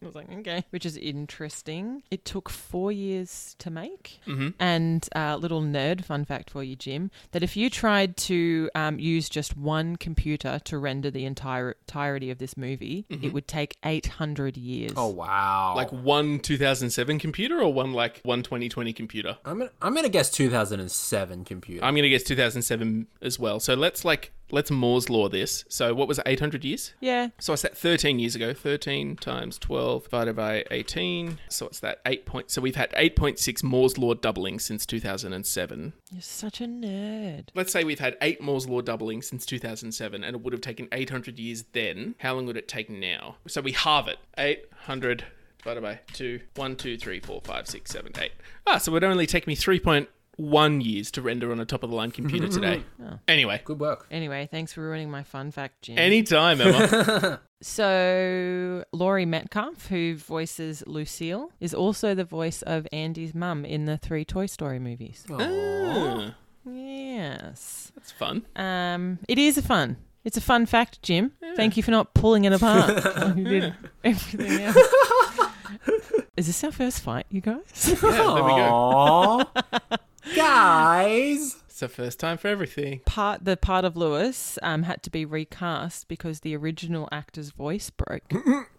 S3: I was like, okay, which is interesting. It took four years to make.
S1: Mm-hmm.
S3: And uh, little nerd fun fact for you, Jim, that if you tried to um, use just one computer to render the entire entirety of this movie, it would take 800 years.
S1: Mm-hmm. Oh wow.
S2: Like one 2007 computer or one like one 2020 computer?
S1: I'm gonna, I'm gonna guess 2007 computer.
S2: I'm going to guess 2007 as well. So let's like, let's Moore's Law this. So what was it, 800 years?
S3: Yeah.
S2: So it's that 13 years ago. 13 times 12 divided by 18. So it's that 8 point. So we've had 8.6 Moore's Law doubling since 2007.
S3: You're such a nerd.
S2: Let's say we've had 8 Moore's Law doubling since 2007 and it would have taken 800 years then. How long would it take now? So we halve it. 800 divided by 2. 1, 2, 3, 4, 5, 6, 7, 8. Ah, so it would only take me 3.1 years to render on a top of the line computer today. Anyway.
S1: Good work.
S3: Anyway, thanks for ruining my fun fact, Jim.
S2: Anytime, Emma.
S3: So Laurie Metcalf, who voices Lucille, is also the voice of Andy's mum in the three Toy Story movies.
S1: Oh.
S2: Ah,
S3: Yes.
S2: that's fun.
S3: Um, it is a fun. It's a fun fact, Jim. Thank you for not pulling it apart. like you did everything else. is this our first fight, you guys?
S2: Yeah, there we go.
S1: Aw. Guys.
S2: It's the first time for everything.
S3: Part the part of Lewis um, had to be recast because the original actor's voice broke.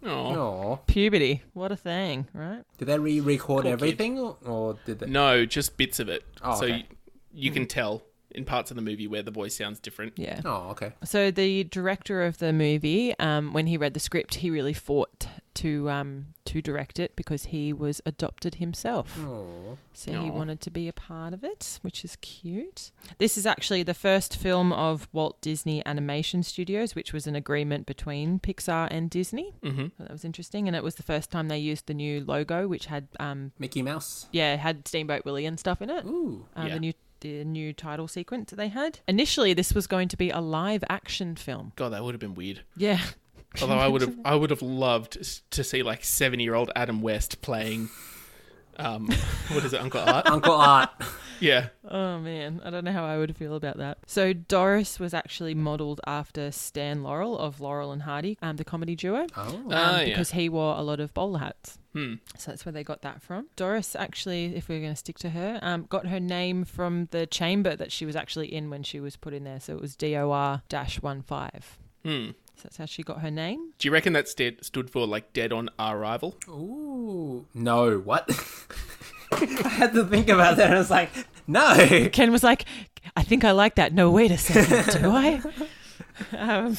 S2: Oh.
S1: Aw.
S3: Puberty, what a thing, right?
S1: Did they re-record everything, or, or did they?
S2: No, just bits of it.
S1: Oh,
S2: so
S1: okay. Mm-hmm.
S2: you, you can tell in parts of the movie where the voice sounds different.
S3: Yeah.
S1: Oh, okay.
S3: So the director of the movie, um, when he read the script, he really fought to um, to direct it because he was adopted himself.
S1: Oh.
S3: So he
S2: Aw.
S3: wanted to be a part of it, which is cute. This is actually the first film of Walt Disney Animation Studios, which was an agreement between Pixar and Disney. Mm-hmm. that was interesting, and it was the first time they used the new logo, which had um,
S1: Mickey Mouse.
S3: yeah had Steamboat Willie and stuff in it
S1: Ooh.
S3: um,
S2: Yeah.
S3: the new the new title sequence that they had. Initially, this was going to be a live action film.
S2: God, that would have been weird.
S3: Yeah.
S2: Although I would have, I would have loved s- to see like seven-year-old Adam West playing. Um, what is it, Uncle Art?
S1: Uncle Art.
S2: Yeah,
S3: Oh man, I don't know how I would feel about that. So Doris was actually modelled after Stan Laurel of Laurel and Hardy, um, the comedy duo.
S1: Oh.
S2: Ah, yeah. Hmm.
S3: because he wore a lot of bowler hats. So that's where they got that from. Doris, actually, if we we're going to stick to her, um, got her name from the chamber that she was actually in when she was put in there. So it was DOR 15.
S2: Hmm.
S3: So that's how she got her name.
S2: Do you reckon that st- stood for like dead on arrival?
S1: Ooh. No. What? I had to think about that. And I was like, no.
S3: Ken was like, I think I like that. No, wait a second, do I? Um,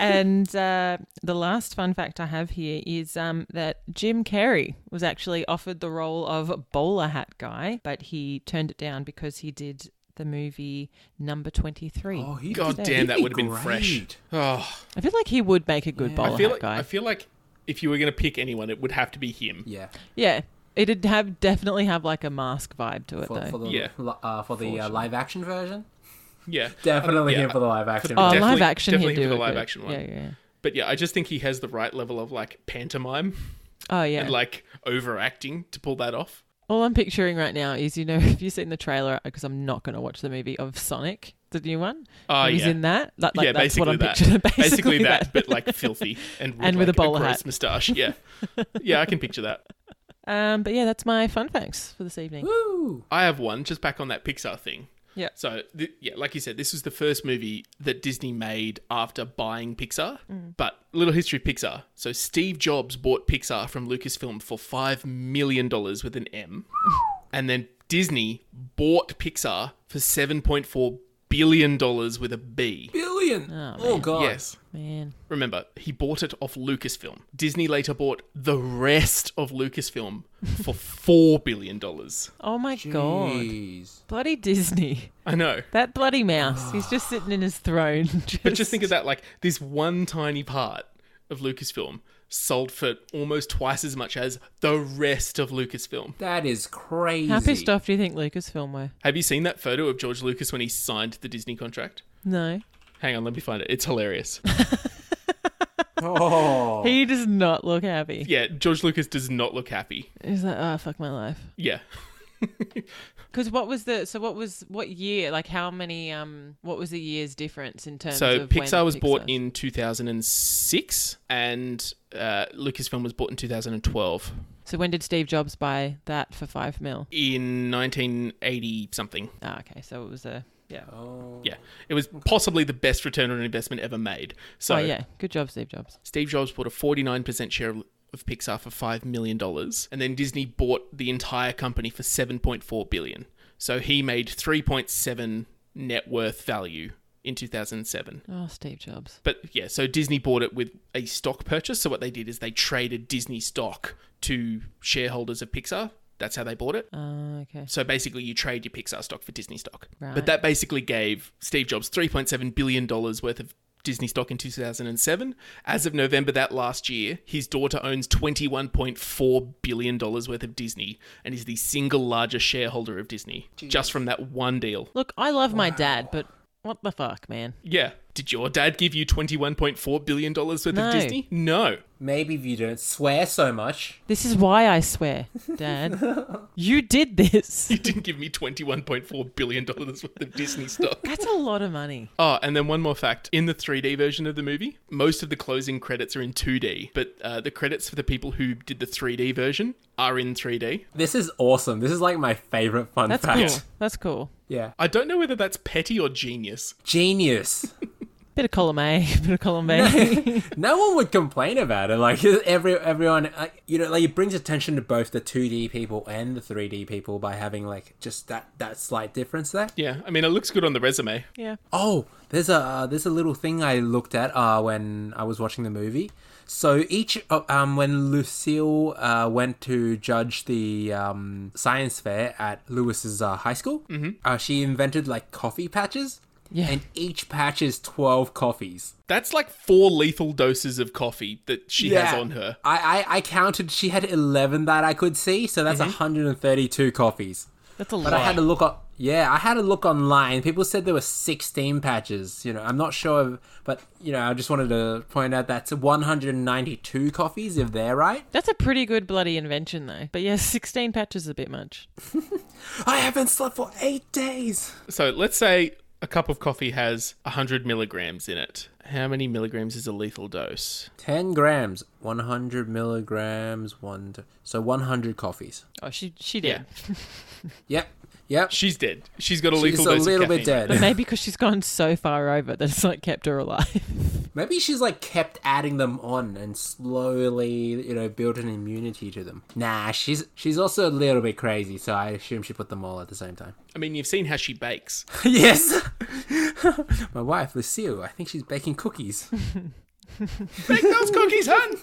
S3: and uh, the last fun fact I have here is um, that Jim Carrey was actually offered the role of bowler hat guy, but he turned it down because he did the movie number 23.
S1: Oh, he
S2: God
S1: did-
S2: damn, that
S1: he'd
S2: would have
S1: be
S2: been fresh.
S1: great.
S2: Oh,
S3: I feel like he would make a good bowler
S2: I feel
S3: hat
S2: like
S3: guy.
S2: I feel like if you were gonna pick anyone, it would have to be him.
S1: Yeah.
S3: yeah. It'd have definitely have like a mask vibe to it
S1: For,
S3: though.
S1: for the
S2: Yeah.
S1: uh, for the uh, live action version.
S2: Yeah,
S1: Definitely
S2: yeah,
S1: here for the live action.
S3: oh,
S2: definitely-
S3: live action he'd
S2: definitely
S3: do
S2: for the
S3: it
S2: live
S3: good.
S2: action one.
S3: Yeah, yeah.
S2: but yeah, I just think he has the right level of like pantomime
S3: Oh yeah.
S2: and like overacting to pull that off.
S3: All I'm picturing right now is, you know, if you've seen the trailer, because I'm not going to watch the movie of Sonic, the new one.
S2: Oh,
S3: Where he's
S2: yeah.
S3: in that. Like, like,
S2: yeah,
S3: that's
S2: basically
S3: what I'm
S2: that.
S3: picturing.
S2: Basically,
S3: Basically,
S2: that, but like filthy and with,
S3: And with a
S2: like,
S3: bowler
S2: gross
S3: hat.
S2: moustache. Yeah, yeah, I can picture that.
S3: um, but yeah, that's my fun facts for this evening.
S1: Woo.
S2: I have one just back on that Pixar thing.
S3: Yeah.
S2: So th- yeah, like you said, this was the first movie that Disney made after buying Pixar.
S3: Mm.
S2: But little history of Pixar. So Steve Jobs bought Pixar from Lucasfilm for five million dollars with an M, and then Disney bought Pixar for seven point four billion dollars with a B.
S1: Billion.
S3: Oh,
S1: Oh, God.
S2: Yes.
S3: Man.
S2: Remember, he bought it off Lucasfilm. Disney later bought the rest of Lucasfilm for four billion dollars.
S3: Oh my God.
S1: Jeez.
S3: Bloody Disney.
S2: I know.
S3: That bloody mouse. He's just sitting in his throne. Just,
S2: But just think of that, like this one tiny part of Lucasfilm sold for almost twice as much as the rest of Lucasfilm.
S1: That is crazy.
S3: How pissed off do you think Lucasfilm were?
S2: Have you seen that photo of George Lucas when he signed the Disney contract?
S3: No.
S2: Hang on, let me find it. It's hilarious.
S1: Oh,
S3: He does not look happy.
S2: yeah, George Lucas does not look happy.
S3: He's like, oh, fuck my life.
S2: Yeah.
S3: Because what was the, so what was, what year, like how many, um, what was the year's difference in terms
S2: So
S3: of. when
S2: Pixar was bought
S3: Pixar's-
S2: in 2006 and uh, Lucasfilm was bought in 2012.
S3: So when did Steve Jobs buy that for five mil?
S2: In 1980 something.
S3: Ah, okay. So it was a, yeah. Oh,
S2: Yeah. It was possibly the best return on investment ever made. So
S3: Oh, yeah. Good job, Steve Jobs.
S2: Steve Jobs bought a 49% share of of Pixar for $5 million. And then Disney bought the entire company for $7.4 billion. So he made 3.7 net worth value in 2007.
S3: Oh, Steve Jobs.
S2: But yeah, so Disney bought it with a stock purchase. So what they did is they traded Disney stock to shareholders of Pixar. That's how they bought it.
S3: Ah, okay.
S2: So basically, you trade your Pixar stock for Disney stock.
S3: Right.
S2: But that basically gave Steve Jobs $3.7 billion worth of Disney stock in 2007. As of November that last year, his daughter owns $21.4 billion worth of Disney and is the single largest shareholder of Disney just from that one deal.
S3: Look, I love my dad, but what the fuck, man?
S2: Yeah. Did your dad give you $21.4 billion worth
S3: No.
S2: of Disney? No.
S1: maybe if you don't swear so much.
S3: This is why I swear, Dad. you did this.
S2: You didn't give me $21.4 billion worth of Disney stock.
S3: That's a lot of money.
S2: Oh, and then one more fact. In the 3D version of the movie, most of the closing credits are in 2D, but uh, the credits for the people who did the 3D version are in 3D.
S1: This is awesome. This is like my favorite fun
S3: That's
S1: fact.
S3: cool. That's cool.
S1: Yeah,
S2: I don't know whether that's petty or genius.
S1: genius.
S3: Bit of column A, bit of column B.
S1: no one would complain about it. Like every everyone, uh, you know, like it brings attention to both the 2D people and the 3D people by having like just that that slight difference there.
S2: Yeah, I mean, it looks good on the resume.
S3: yeah.
S1: Oh, there's a uh, there's a little thing I looked at uh, when I was watching the movie. So each uh, um, when Lucille uh, went to judge the um, science fair at Lewis's uh, high school,
S2: Mm-hmm.
S1: uh, she invented like coffee patches,
S3: Yeah.
S1: and each patch is twelve coffees.
S2: That's like four lethal doses of coffee that she has on her.
S1: I, I I counted. She had eleven that I could see, so
S2: Mm-hmm.
S1: that's 132 coffees.
S3: That's a
S1: But I
S3: lot.
S1: had to look up. Yeah, I had to look online. People said there were 16 patches. You know, I'm not sure, if- but you know, I just wanted to point out that's 192 coffees if they're right.
S3: That's a pretty good bloody invention, though. But yeah, 16 patches is a bit much.
S1: I haven't slept for eight days.
S2: So let's say a cup of coffee has 100 milligrams in it. How many milligrams is a lethal dose?
S1: 10 grams, 100 milligrams, one. d- So 100 coffees.
S3: Oh, she she did.
S1: Yep, yep.
S2: She's dead. She's got a
S1: She's
S2: lethal
S1: a
S2: dose of
S1: little bit
S2: caffeine.
S3: But
S1: dead.
S3: maybe because she's gone so far over that it's like kept her alive.
S1: Maybe she's like kept adding them on and slowly, you know, built an immunity to them. Nah, she's she's also a little bit crazy, so I assume she put them all at the same time.
S2: I mean, you've seen how she bakes.
S1: yes. My wife, Lucille, I think she's baking cookies.
S2: Bake those cookies, hun!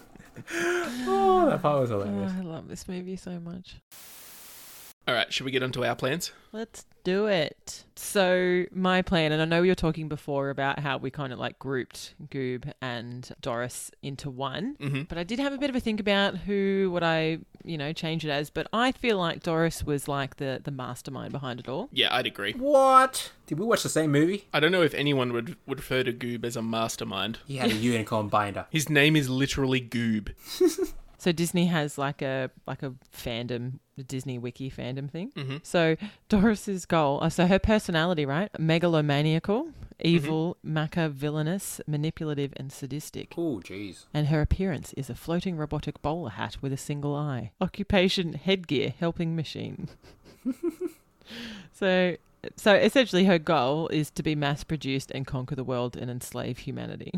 S1: oh, that part was hilarious.
S3: I love this movie so much.
S2: All right, should we get onto our plans?
S3: Let's do it. So, my plan, and I know we were talking before about how we kind of like grouped Goob and Doris into one,
S2: Mm-hmm.
S3: but I did have a bit of a think about who would I, you know, change it as. But I feel like Doris was like the the mastermind behind it all.
S2: Yeah, I'd agree.
S1: What? Did we watch the same movie?
S2: I don't know if anyone would, would refer to Goob as a mastermind.
S1: He had a unicorn binder.
S2: His name is literally Goob.
S3: So Disney has like a like a fandom, the Disney Wiki fandom thing. So Doris's goal, uh, so her personality, right? Megalomaniacal, evil, maca, villainous, manipulative, and sadistic.
S1: Oh, jeez.
S3: and her appearance is a floating robotic bowler hat with a single eye. Occupation headgear helping machine. so so essentially her goal is to be mass produced and conquer the world and enslave humanity.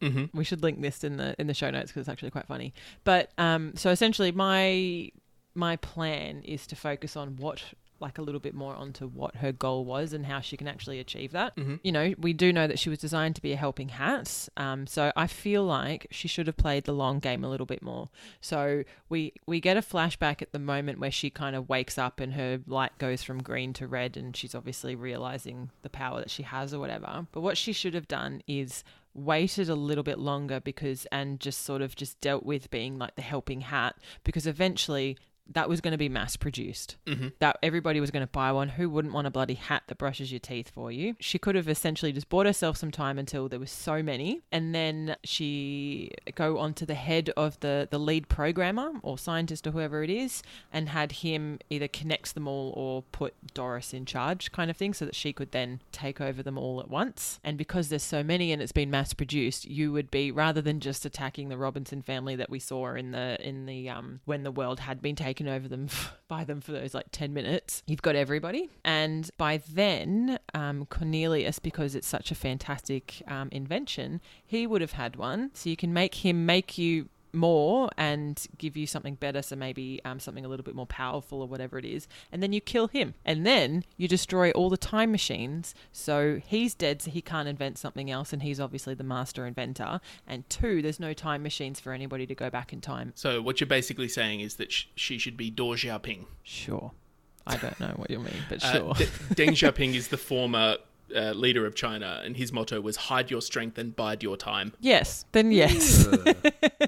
S2: Mhm.
S3: We should link this in the in the show notes because it's actually quite funny. But um so essentially my my plan is to focus on what like a little bit more onto what her goal was and how she can actually achieve that. You know, we do know that she was designed to be a helping hat. Um, so I feel like she should have played the long game a little bit more. So we we get a flashback at the moment where she kind of wakes up and her light goes from green to red and she's obviously realizing the power that she has or whatever. But what she should have done is waited a little bit longer because and just sort of just dealt with being like the helping hat because eventually that was going to be mass produced. That everybody was going to buy one. Who wouldn't want a bloody hat that brushes your teeth for you? She could have essentially just bought herself some time until there was so many, and then she go on to the head of the the lead programmer or scientist or whoever it is, and had him either connect them all or put Doris in charge, kind of thing, so that she could then take over them all at once. And because there's so many and it's been mass produced, you would be rather than just attacking the Robinson family that we saw in the in the um when the world had been taken over them by them for those like 10 minutes. You've got everybody. And by then, um, Cornelius, because it's such a fantastic um, invention, he would have had one. So you can make him make you more and give you something better. So maybe um, something a little bit more powerful or whatever it is. And then you kill him. And then you destroy all the time machines. So he's dead, so he can't invent something else. And he's obviously the master inventor. And two, there's no time machines for anybody to go back in time.
S2: So what you're basically saying is that sh- she should be Deng Xiaoping.
S3: Sure. I don't know what you mean, but
S2: Uh,
S3: sure.
S2: D- Deng Xiaoping is the former uh, leader of China, and his motto was "Hide your strength and bide your time."
S3: Yes, then yes.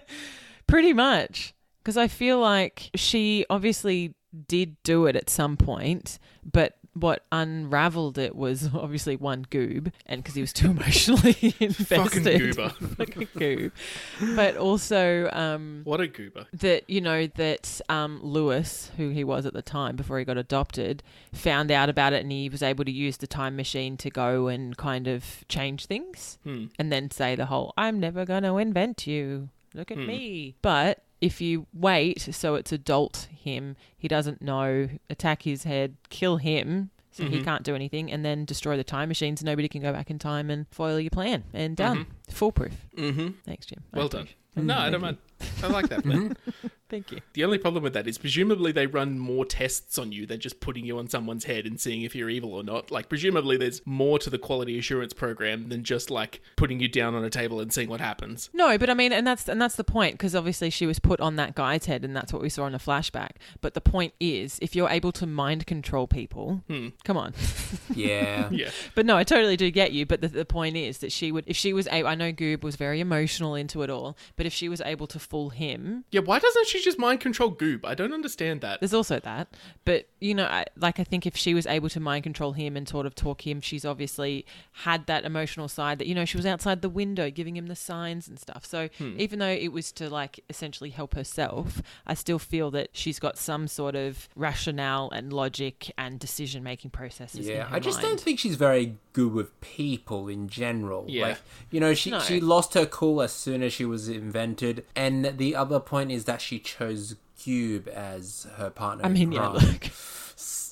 S3: Pretty much. Because I feel like she obviously did do it at some point, but what unraveled it was obviously one goob, and because he was too emotionally invested.
S2: Fucking goober.
S3: Fucking goob. But also, um,
S2: What a goober.
S3: that you know that um, Lewis, who he was at the time before he got adopted, found out about it, and he was able to use the time machine to go and kind of change things,
S2: Hmm.
S3: and then say the whole "I'm never going to invent you. Look at me." But if you wait, so it's adult him, he doesn't know. Attack his head, kill him. So he can't do anything, and then destroy the time machine, so nobody can go back in time and foil your plan. And done, foolproof.
S2: Mm-hmm.
S3: Thanks, Jim. I
S2: Well done.
S3: appreciate-
S2: No, I don't mind. I like that. plan.
S3: Thank you.
S2: The only problem with that is presumably they run more tests on you than just putting you on someone's head and seeing if you're evil or not. Like presumably there's more to the quality assurance program than just like putting you down on a table and seeing what happens.
S3: No, but I mean, and that's and that's the point because obviously she was put on that guy's head, and that's what we saw in the flashback. But the point is, if you're able to mind control people, come on.
S1: yeah.
S2: Yeah.
S3: but no, I totally do get you. But the, the point is that she would, if she was able, I know Goob was very emotional into it all, but if she was able to fool him,
S2: Yeah, why doesn't she just mind control Goob? I don't understand that.
S3: there's also that. But you know, I, like I think if she was able to mind control him and sort of talk him, she's obviously had that emotional side that you know she was outside the window giving him the signs and stuff. So
S1: Hmm.
S3: even though it was to like essentially help herself, I still feel that she's got some sort of rationale and logic and decision making processes. in
S1: Yeah,
S3: her
S1: I just
S3: mind.
S1: don't think she's very good with people in general.
S2: Yeah.
S1: Like, you know, she,
S3: No.
S1: she lost her cool as soon as she was invented. And the other point is that she chose Cube as her partner.
S3: I
S1: in
S3: mean, yeah,
S1: crime.
S3: look.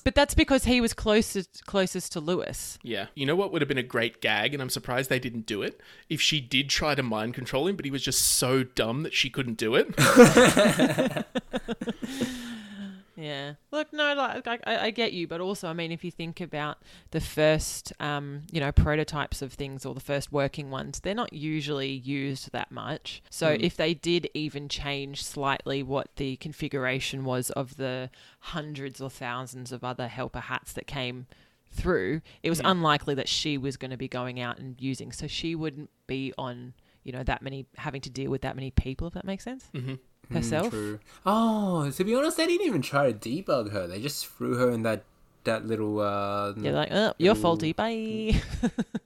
S3: But that's because he was closest closest to Lewis.
S2: Yeah. You know what would have been a great gag, and I'm surprised they didn't do it? If she did try to mind control him, but he was just so dumb that she couldn't do it.
S3: Yeah. Look, no, like I, I I get you, but also, I mean, if you think about the first, um, you know, prototypes of things or the first working ones, they're not usually used that much. So if they did even change slightly what the configuration was of the hundreds or thousands of other helper hats that came through, it was unlikely that she was going to be going out and using. So she wouldn't be on, you know, that many having to deal with that many people. If that makes sense, mm-hmm. herself.
S1: Mm, True. Oh, to be honest, they didn't even try to debug her. They just threw her in that that little. Uh,
S3: They're like, oh, you're
S1: Ooh.
S3: faulty. Bye.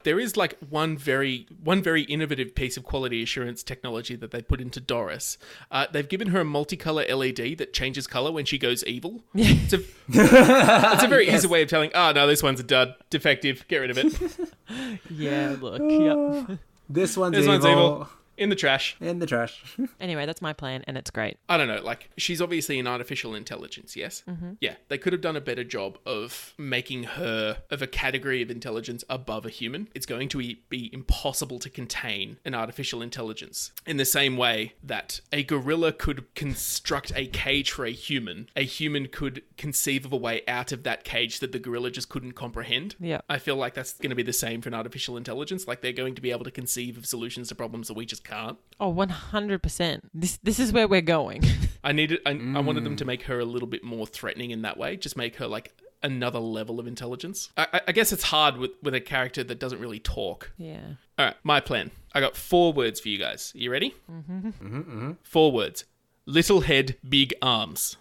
S2: there is like one very one very innovative piece of quality assurance technology that they put into Doris. Uh, they've given her a multicolor LED that changes color when she goes evil. It's a, it's a very easy way of telling. Oh no, this one's a dud, defective. Get rid of it.
S3: Yeah, look, yep.
S1: this one's
S2: This
S1: evil.
S2: one's evil. In the trash.
S1: In the trash.
S3: Anyway, that's my plan, and it's great.
S2: I don't know. Like she's obviously an artificial intelligence. Yes. Yeah. They could have done a better job of making her of a category of intelligence above a human. It's going to e- be impossible to contain an artificial intelligence in the same way that a gorilla could construct a cage for a human. A human could conceive of a way out of that cage that the gorilla just couldn't comprehend.
S3: Yeah.
S2: I feel like that's going to be the same for an artificial intelligence. Like they're going to be able to conceive of solutions to problems that we just can't.
S3: Oh, 100%. This this is where we're going.
S2: I needed. I, I wanted them to make her a little bit more threatening in that way. Just make her like another level of intelligence. I, I- I guess it's hard with, with a character that doesn't really talk.
S3: Yeah.
S2: All right, my plan. I got four words for you guys. You ready? Mm-hmm. Four words. Little head, big arms.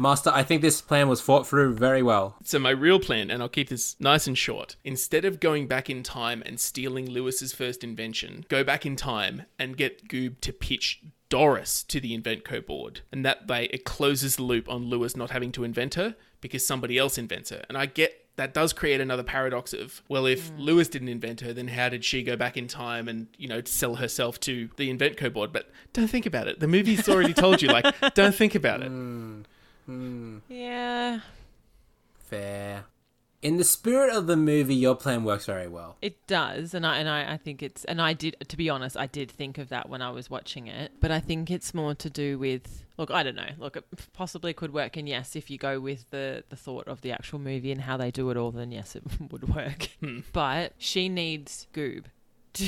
S1: Master, I think this plan was thought through very well.
S2: So my real plan, and I'll keep this nice and short. Instead of going back in time and stealing Lewis's first invention, go back in time and get Goob to pitch Doris to the Inventco board, and that way it closes the loop on Lewis not having to invent her because somebody else invents her. And I get that does create another paradox of well, if Lewis didn't invent her, then how did she go back in time and you know sell herself to the Inventco board? But don't think about it. The movie's already told you like don't think about it.
S3: Yeah.
S1: Fair. In the spirit of the movie, your plan works very well.
S3: It does, and I and I, I think it's and I did to be honest, I did think of that when I was watching it, but I think it's more to do with look, I don't know, look, it possibly could work, and yes, if you go with the the thought of the actual movie and how they do it all, then yes, it would work. But she needs Goob, to,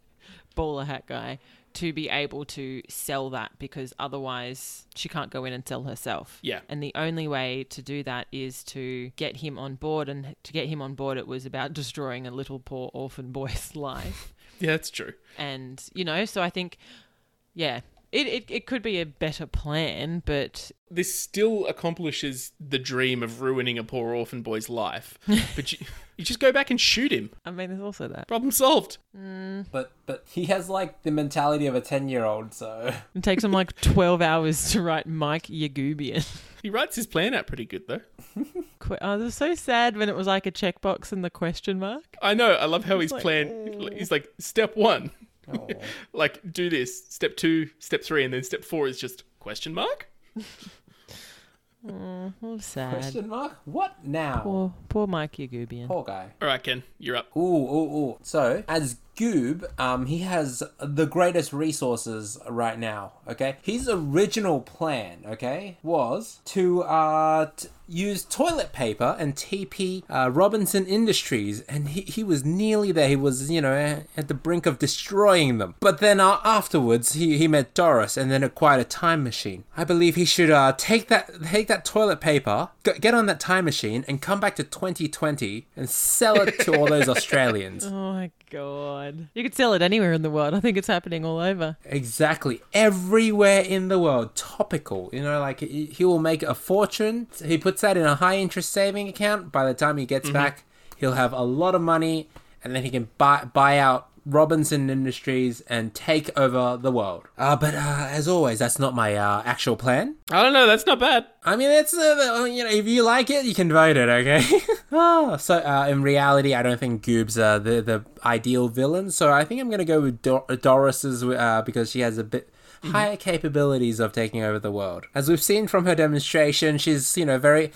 S3: bowler hat guy, to be able to sell that because otherwise she can't go in and sell herself.
S2: Yeah.
S3: And the only way to do that is to get him on board. And to get him on board, it was about destroying a little poor orphan boy's life.
S2: Yeah, that's true.
S3: And, you know, so I think, yeah, it, it, it could be a better plan, but
S2: this still accomplishes the dream of ruining a poor orphan boy's life. But you, you just go back and shoot him.
S3: I mean, there's also that.
S2: Problem solved.
S3: Mm.
S1: But but he has like the mentality of a ten year old, so
S3: It takes him like 12 hours to write Mike Yagubian.
S2: He writes his plan out pretty good, though.
S3: Que- I was oh, so sad when it was like a checkbox and the question mark.
S2: I know. I love how his
S3: like,
S2: plan. He's like step one, like do this. Step two, step three, and then step four is just question mark.
S3: Oh, sad. Oh.
S1: question mark. What now?
S3: Poor, poor Mike Yagubian.
S1: Poor guy.
S2: All right, Ken, you're up.
S1: Ooh, ooh, ooh. So, as Goob, um, he has the greatest resources right now, okay? His original plan, okay, was to uh, t- use toilet paper and TP uh, Robinson Industries, and he, he was nearly there. He was, you know, at the brink of destroying them. But then uh, afterwards, he, he met Doris and then acquired a time machine. I believe he should uh, take that take that toilet paper, g- get on that time machine, and come back to 2020 and sell it to all those Australians.
S3: Oh my god. You could sell it anywhere in the world. I think it's happening all over.
S1: Exactly. Everywhere in the world, topical. You know, like he he will make a fortune. He puts that in a high interest saving account. By the time he gets back, he'll have a lot of money, and then he can buy buy out Robinson Industries and take over the world. Uh, but uh, as always, that's not my uh, actual plan.
S2: I don't know. That's not bad.
S1: I mean, it's uh, the- you know, if you like it, you can vote it, okay? oh, so uh, in reality, I don't think Goob's uh, the the ideal villain. So I think I'm gonna go with Dor- Doris's uh, because she has a bit higher capabilities of taking over the world. As we've seen from her demonstration, she's you know very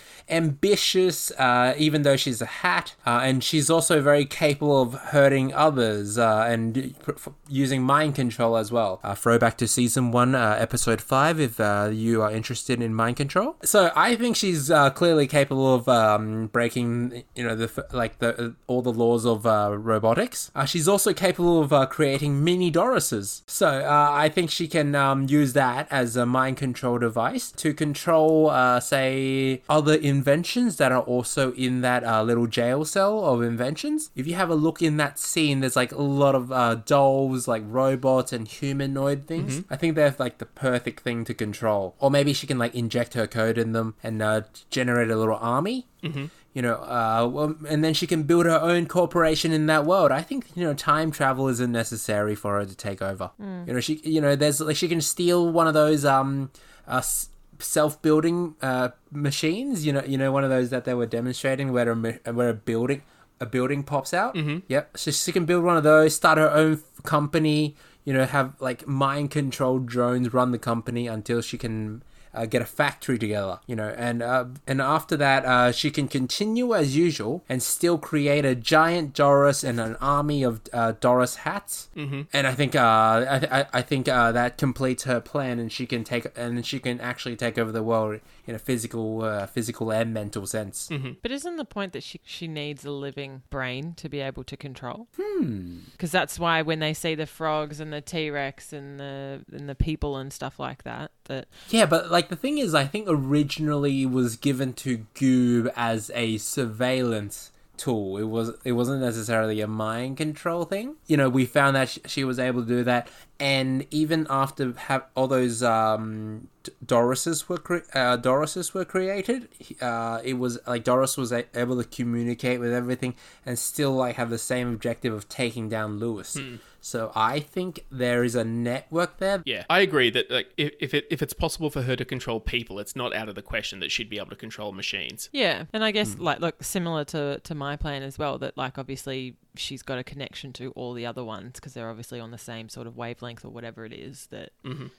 S1: ambitious, uh, even though she's a hat, uh, and she's also very capable of hurting others uh, and pr- f- using mind control as well. Uh, throwback to season one, uh, episode five, if uh, you are interested in mind control. So I think she's uh, clearly capable of um, breaking, you know, the f- like the all the laws of uh, robotics. Uh, she's also capable of uh, creating mini Dorises. So uh, I think she can um, use that as a mind control device to control, uh, say, other inventions that are also in that uh, little jail cell of inventions. If you have a look in that scene, there's like a lot of uh, dolls, like robots and humanoid things. I think they're like the perfect thing to control. Or maybe she can like inject her code in them and uh, generate a little army. Mm-hmm you know, uh, well, and then she can build her own corporation in that world. I think you know, time travel isn't necessary for her to take over. You know, she, you know, there's like she can steal one of those um, uh, s- self-building uh, machines. You know, you know, one of those that they were demonstrating where a ma- where a building a building pops out. Mm-hmm. Yep, so she can build one of those, start her own f- company. You know, have like mind-controlled drones run the company until she can uh, get a factory together, you know, and uh, and after that, uh, she can continue as usual and still create a giant Doris and an army of uh, Doris hats. Mm-hmm. And I think uh, I, I, I think uh, that completes her plan, and she can take and she can actually take over the world in a physical, uh, physical and mental sense.
S3: But isn't the point that she she needs a living brain to be able to control? Hmm. Because that's why when they see the frogs and the T Rex and the and the people and stuff like that, that
S1: Yeah, but like the thing is, I think originally it was given to Goob as a surveillance tool. It was it wasn't necessarily a mind control thing. You know, we found that she, she was able to do that, and even after have all those um, D- Dorises were cre- uh, Dorises were created, he- uh, it was like Doris was a- able to communicate with everything and still like have the same objective of taking down Lewis. So I think there is a network there.
S2: Yeah, I agree that like if, if it if it's possible for her to control people, it's not out of the question that she'd be able to control machines.
S3: Yeah, and I guess like look similar to to my plan as well. That like obviously she's got a connection to all the other ones because they're obviously on the same sort of wavelength or whatever it is. That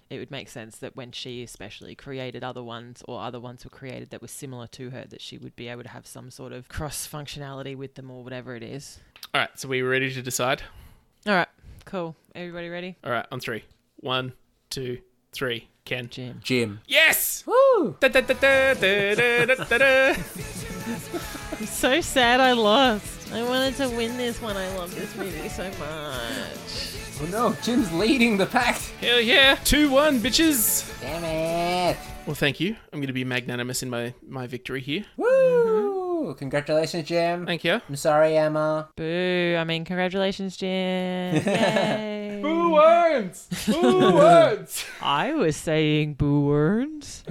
S3: it would make sense that when she especially created other ones or other ones were created that were similar to her, that she would be able to have some sort of cross functionality with them or whatever it is.
S2: All right, so we ready to decide?
S3: All right, cool. Everybody ready?
S2: All right, on three. One, two, three. Ken.
S3: Jim.
S1: Jim.
S2: Yes.
S1: Woo!
S2: Da, da, da, da, da, da, da, da.
S3: I'm so sad I lost. I wanted to win this one. I love this movie so much.
S1: Oh no, Jim's leading the pack.
S2: Hell yeah! Two one, bitches.
S1: Damn it!
S2: Well, thank you. I'm going to be magnanimous in my my victory here.
S1: Woo! Congratulations, Jim.
S2: Mm-hmm. Thank you.
S1: I'm sorry, Emma.
S3: Boo! I mean, congratulations, Jim. Yay.
S2: Who wins? Who wins?
S3: I was saying boo words.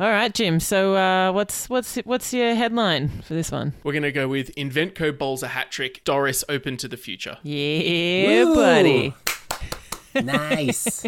S3: All right, Jim. So uh, what's what's what's your headline for this one?
S2: We're going to go with Inventco bowls a hat trick. Doris open to the future.
S3: Yeah,
S1: Woo.
S3: buddy.
S1: Nice.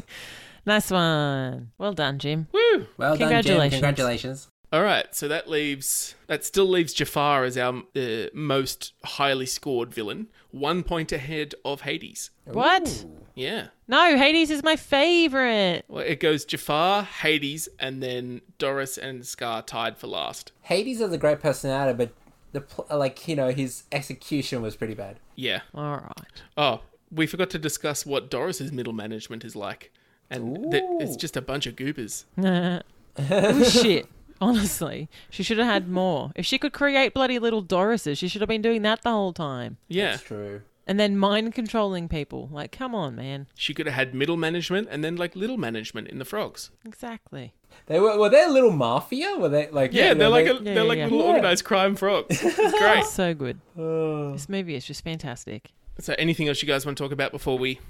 S3: Nice one. Well done, Jim.
S2: Woo!
S1: Well done, Jim.
S3: Congratulations.
S1: Congratulations.
S2: All right, so that leaves that still leaves Jafar as our uh, most highly scored villain, one point ahead of Hades.
S3: What?
S2: Yeah,
S3: No, Hades is my favorite.
S2: well, it goes Jafar, Hades, and then Doris and Scar tied for last.
S1: Hades has a great personality, but the pl- like you know his execution was pretty bad.
S2: Yeah.
S3: All right.
S2: Oh, we forgot to discuss what Doris's middle management is like, and th- it's just a bunch of goobers.
S3: Nah. Oh, shit. Honestly, she should have had more. If she could create bloody little Dorises, she should have been doing that the whole time.
S2: Yeah,
S1: It's true.
S3: And then mind controlling people. Like, come on, man.
S2: she could have had middle management and then like little management in the frogs.
S3: Exactly.
S1: They were were they a little mafia? Were they like you
S2: Yeah, they're
S1: know,
S2: like
S1: they-
S2: a, they're like
S3: yeah.
S2: little organized crime frogs. It's great.
S3: So good. This movie is just fantastic.
S2: So, anything else you guys want to talk about before we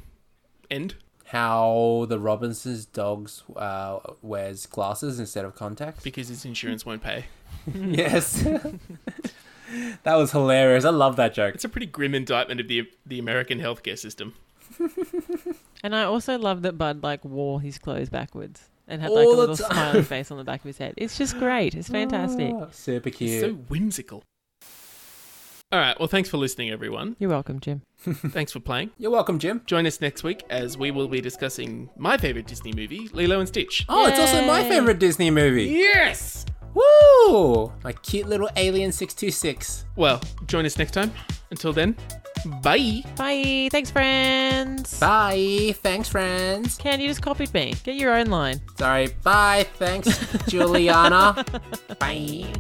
S2: end?
S1: how the Robinsons' dogs uh, wears glasses instead of contacts.
S2: Because his insurance won't pay.
S1: yes. that was hilarious. I love that joke.
S2: It's a pretty grim indictment of the the American healthcare system.
S3: And I also love that Bud like wore his clothes backwards and had like
S1: All
S3: a
S1: the
S3: little
S1: time.
S3: smiley face on the back of his head. It's just great. It's fantastic.
S1: Ah, Super
S2: It's
S1: cute.
S2: so whimsical. All right. Well, thanks for listening, everyone.
S3: You're welcome, Jim.
S2: thanks for playing.
S1: You're welcome, Jim.
S2: Join us next week as we will be discussing my favorite Disney movie, Lilo and Stitch.
S1: Oh, it's also my
S3: Yay.
S1: favorite Disney movie.
S2: Yes.
S1: Woo! My cute little alien six two six.
S2: Well, join us next time. Until then, bye.
S3: Bye. Thanks, friends.
S1: Bye. Thanks, friends.
S3: Ken, you just copied me. Get your own line.
S1: Sorry. Bye. Thanks, Juliana. Bye.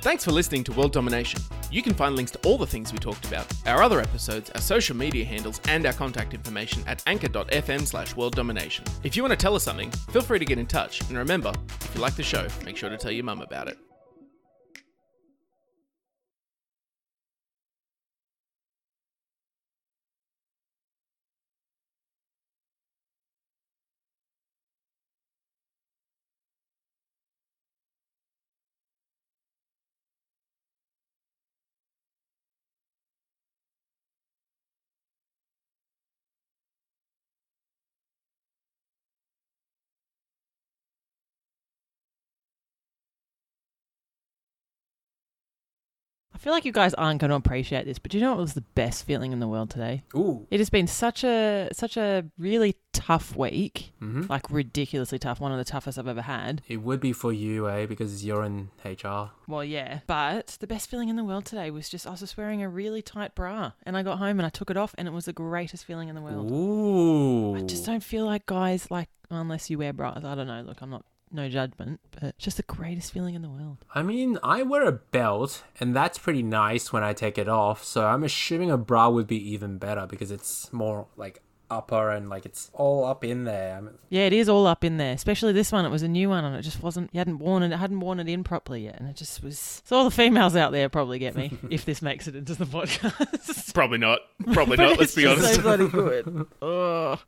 S2: Thanks for listening to World Domination. You can find links to all the things we talked about, our other episodes, our social media handles, and our contact information at anchor.fm slash world domination. If you want to tell us something, feel free to get in touch. And remember, if you like the show, make sure to tell your mum about it.
S3: feel like you guys aren't going to appreciate this, but do you know what was the best feeling in the world today?
S1: Ooh.
S3: It has been such a such a really tough week,
S1: Hmm?
S3: like ridiculously tough. One of the toughest I've ever had.
S1: Mm-hmm. It would be for you, eh? Because you're in HR.
S3: Well, yeah, but the best feeling in the world today was just I was just wearing a really tight bra, and I got home and I took it off, and it was the greatest feeling in the world.
S1: Ooh.
S3: Oh. I just don't feel like guys like unless you wear bras. I don't know. Look, I'm not no judgment, but just the greatest feeling in the world.
S1: I mean, I wear a belt, and that's pretty nice when I take it off. So I'm assuming a bra would be even better because it's more like upper and like it's all up in there. I mean,
S3: Yeah, it is all up in there. Especially this one. It was a new one, and it just wasn't. You hadn't worn it. It hadn't worn it in properly yet, and it just was. So all the females out there probably get me if this makes it into the podcast.
S2: Probably not. Probably not. Let's be honest.
S3: So bloody good. Ugh.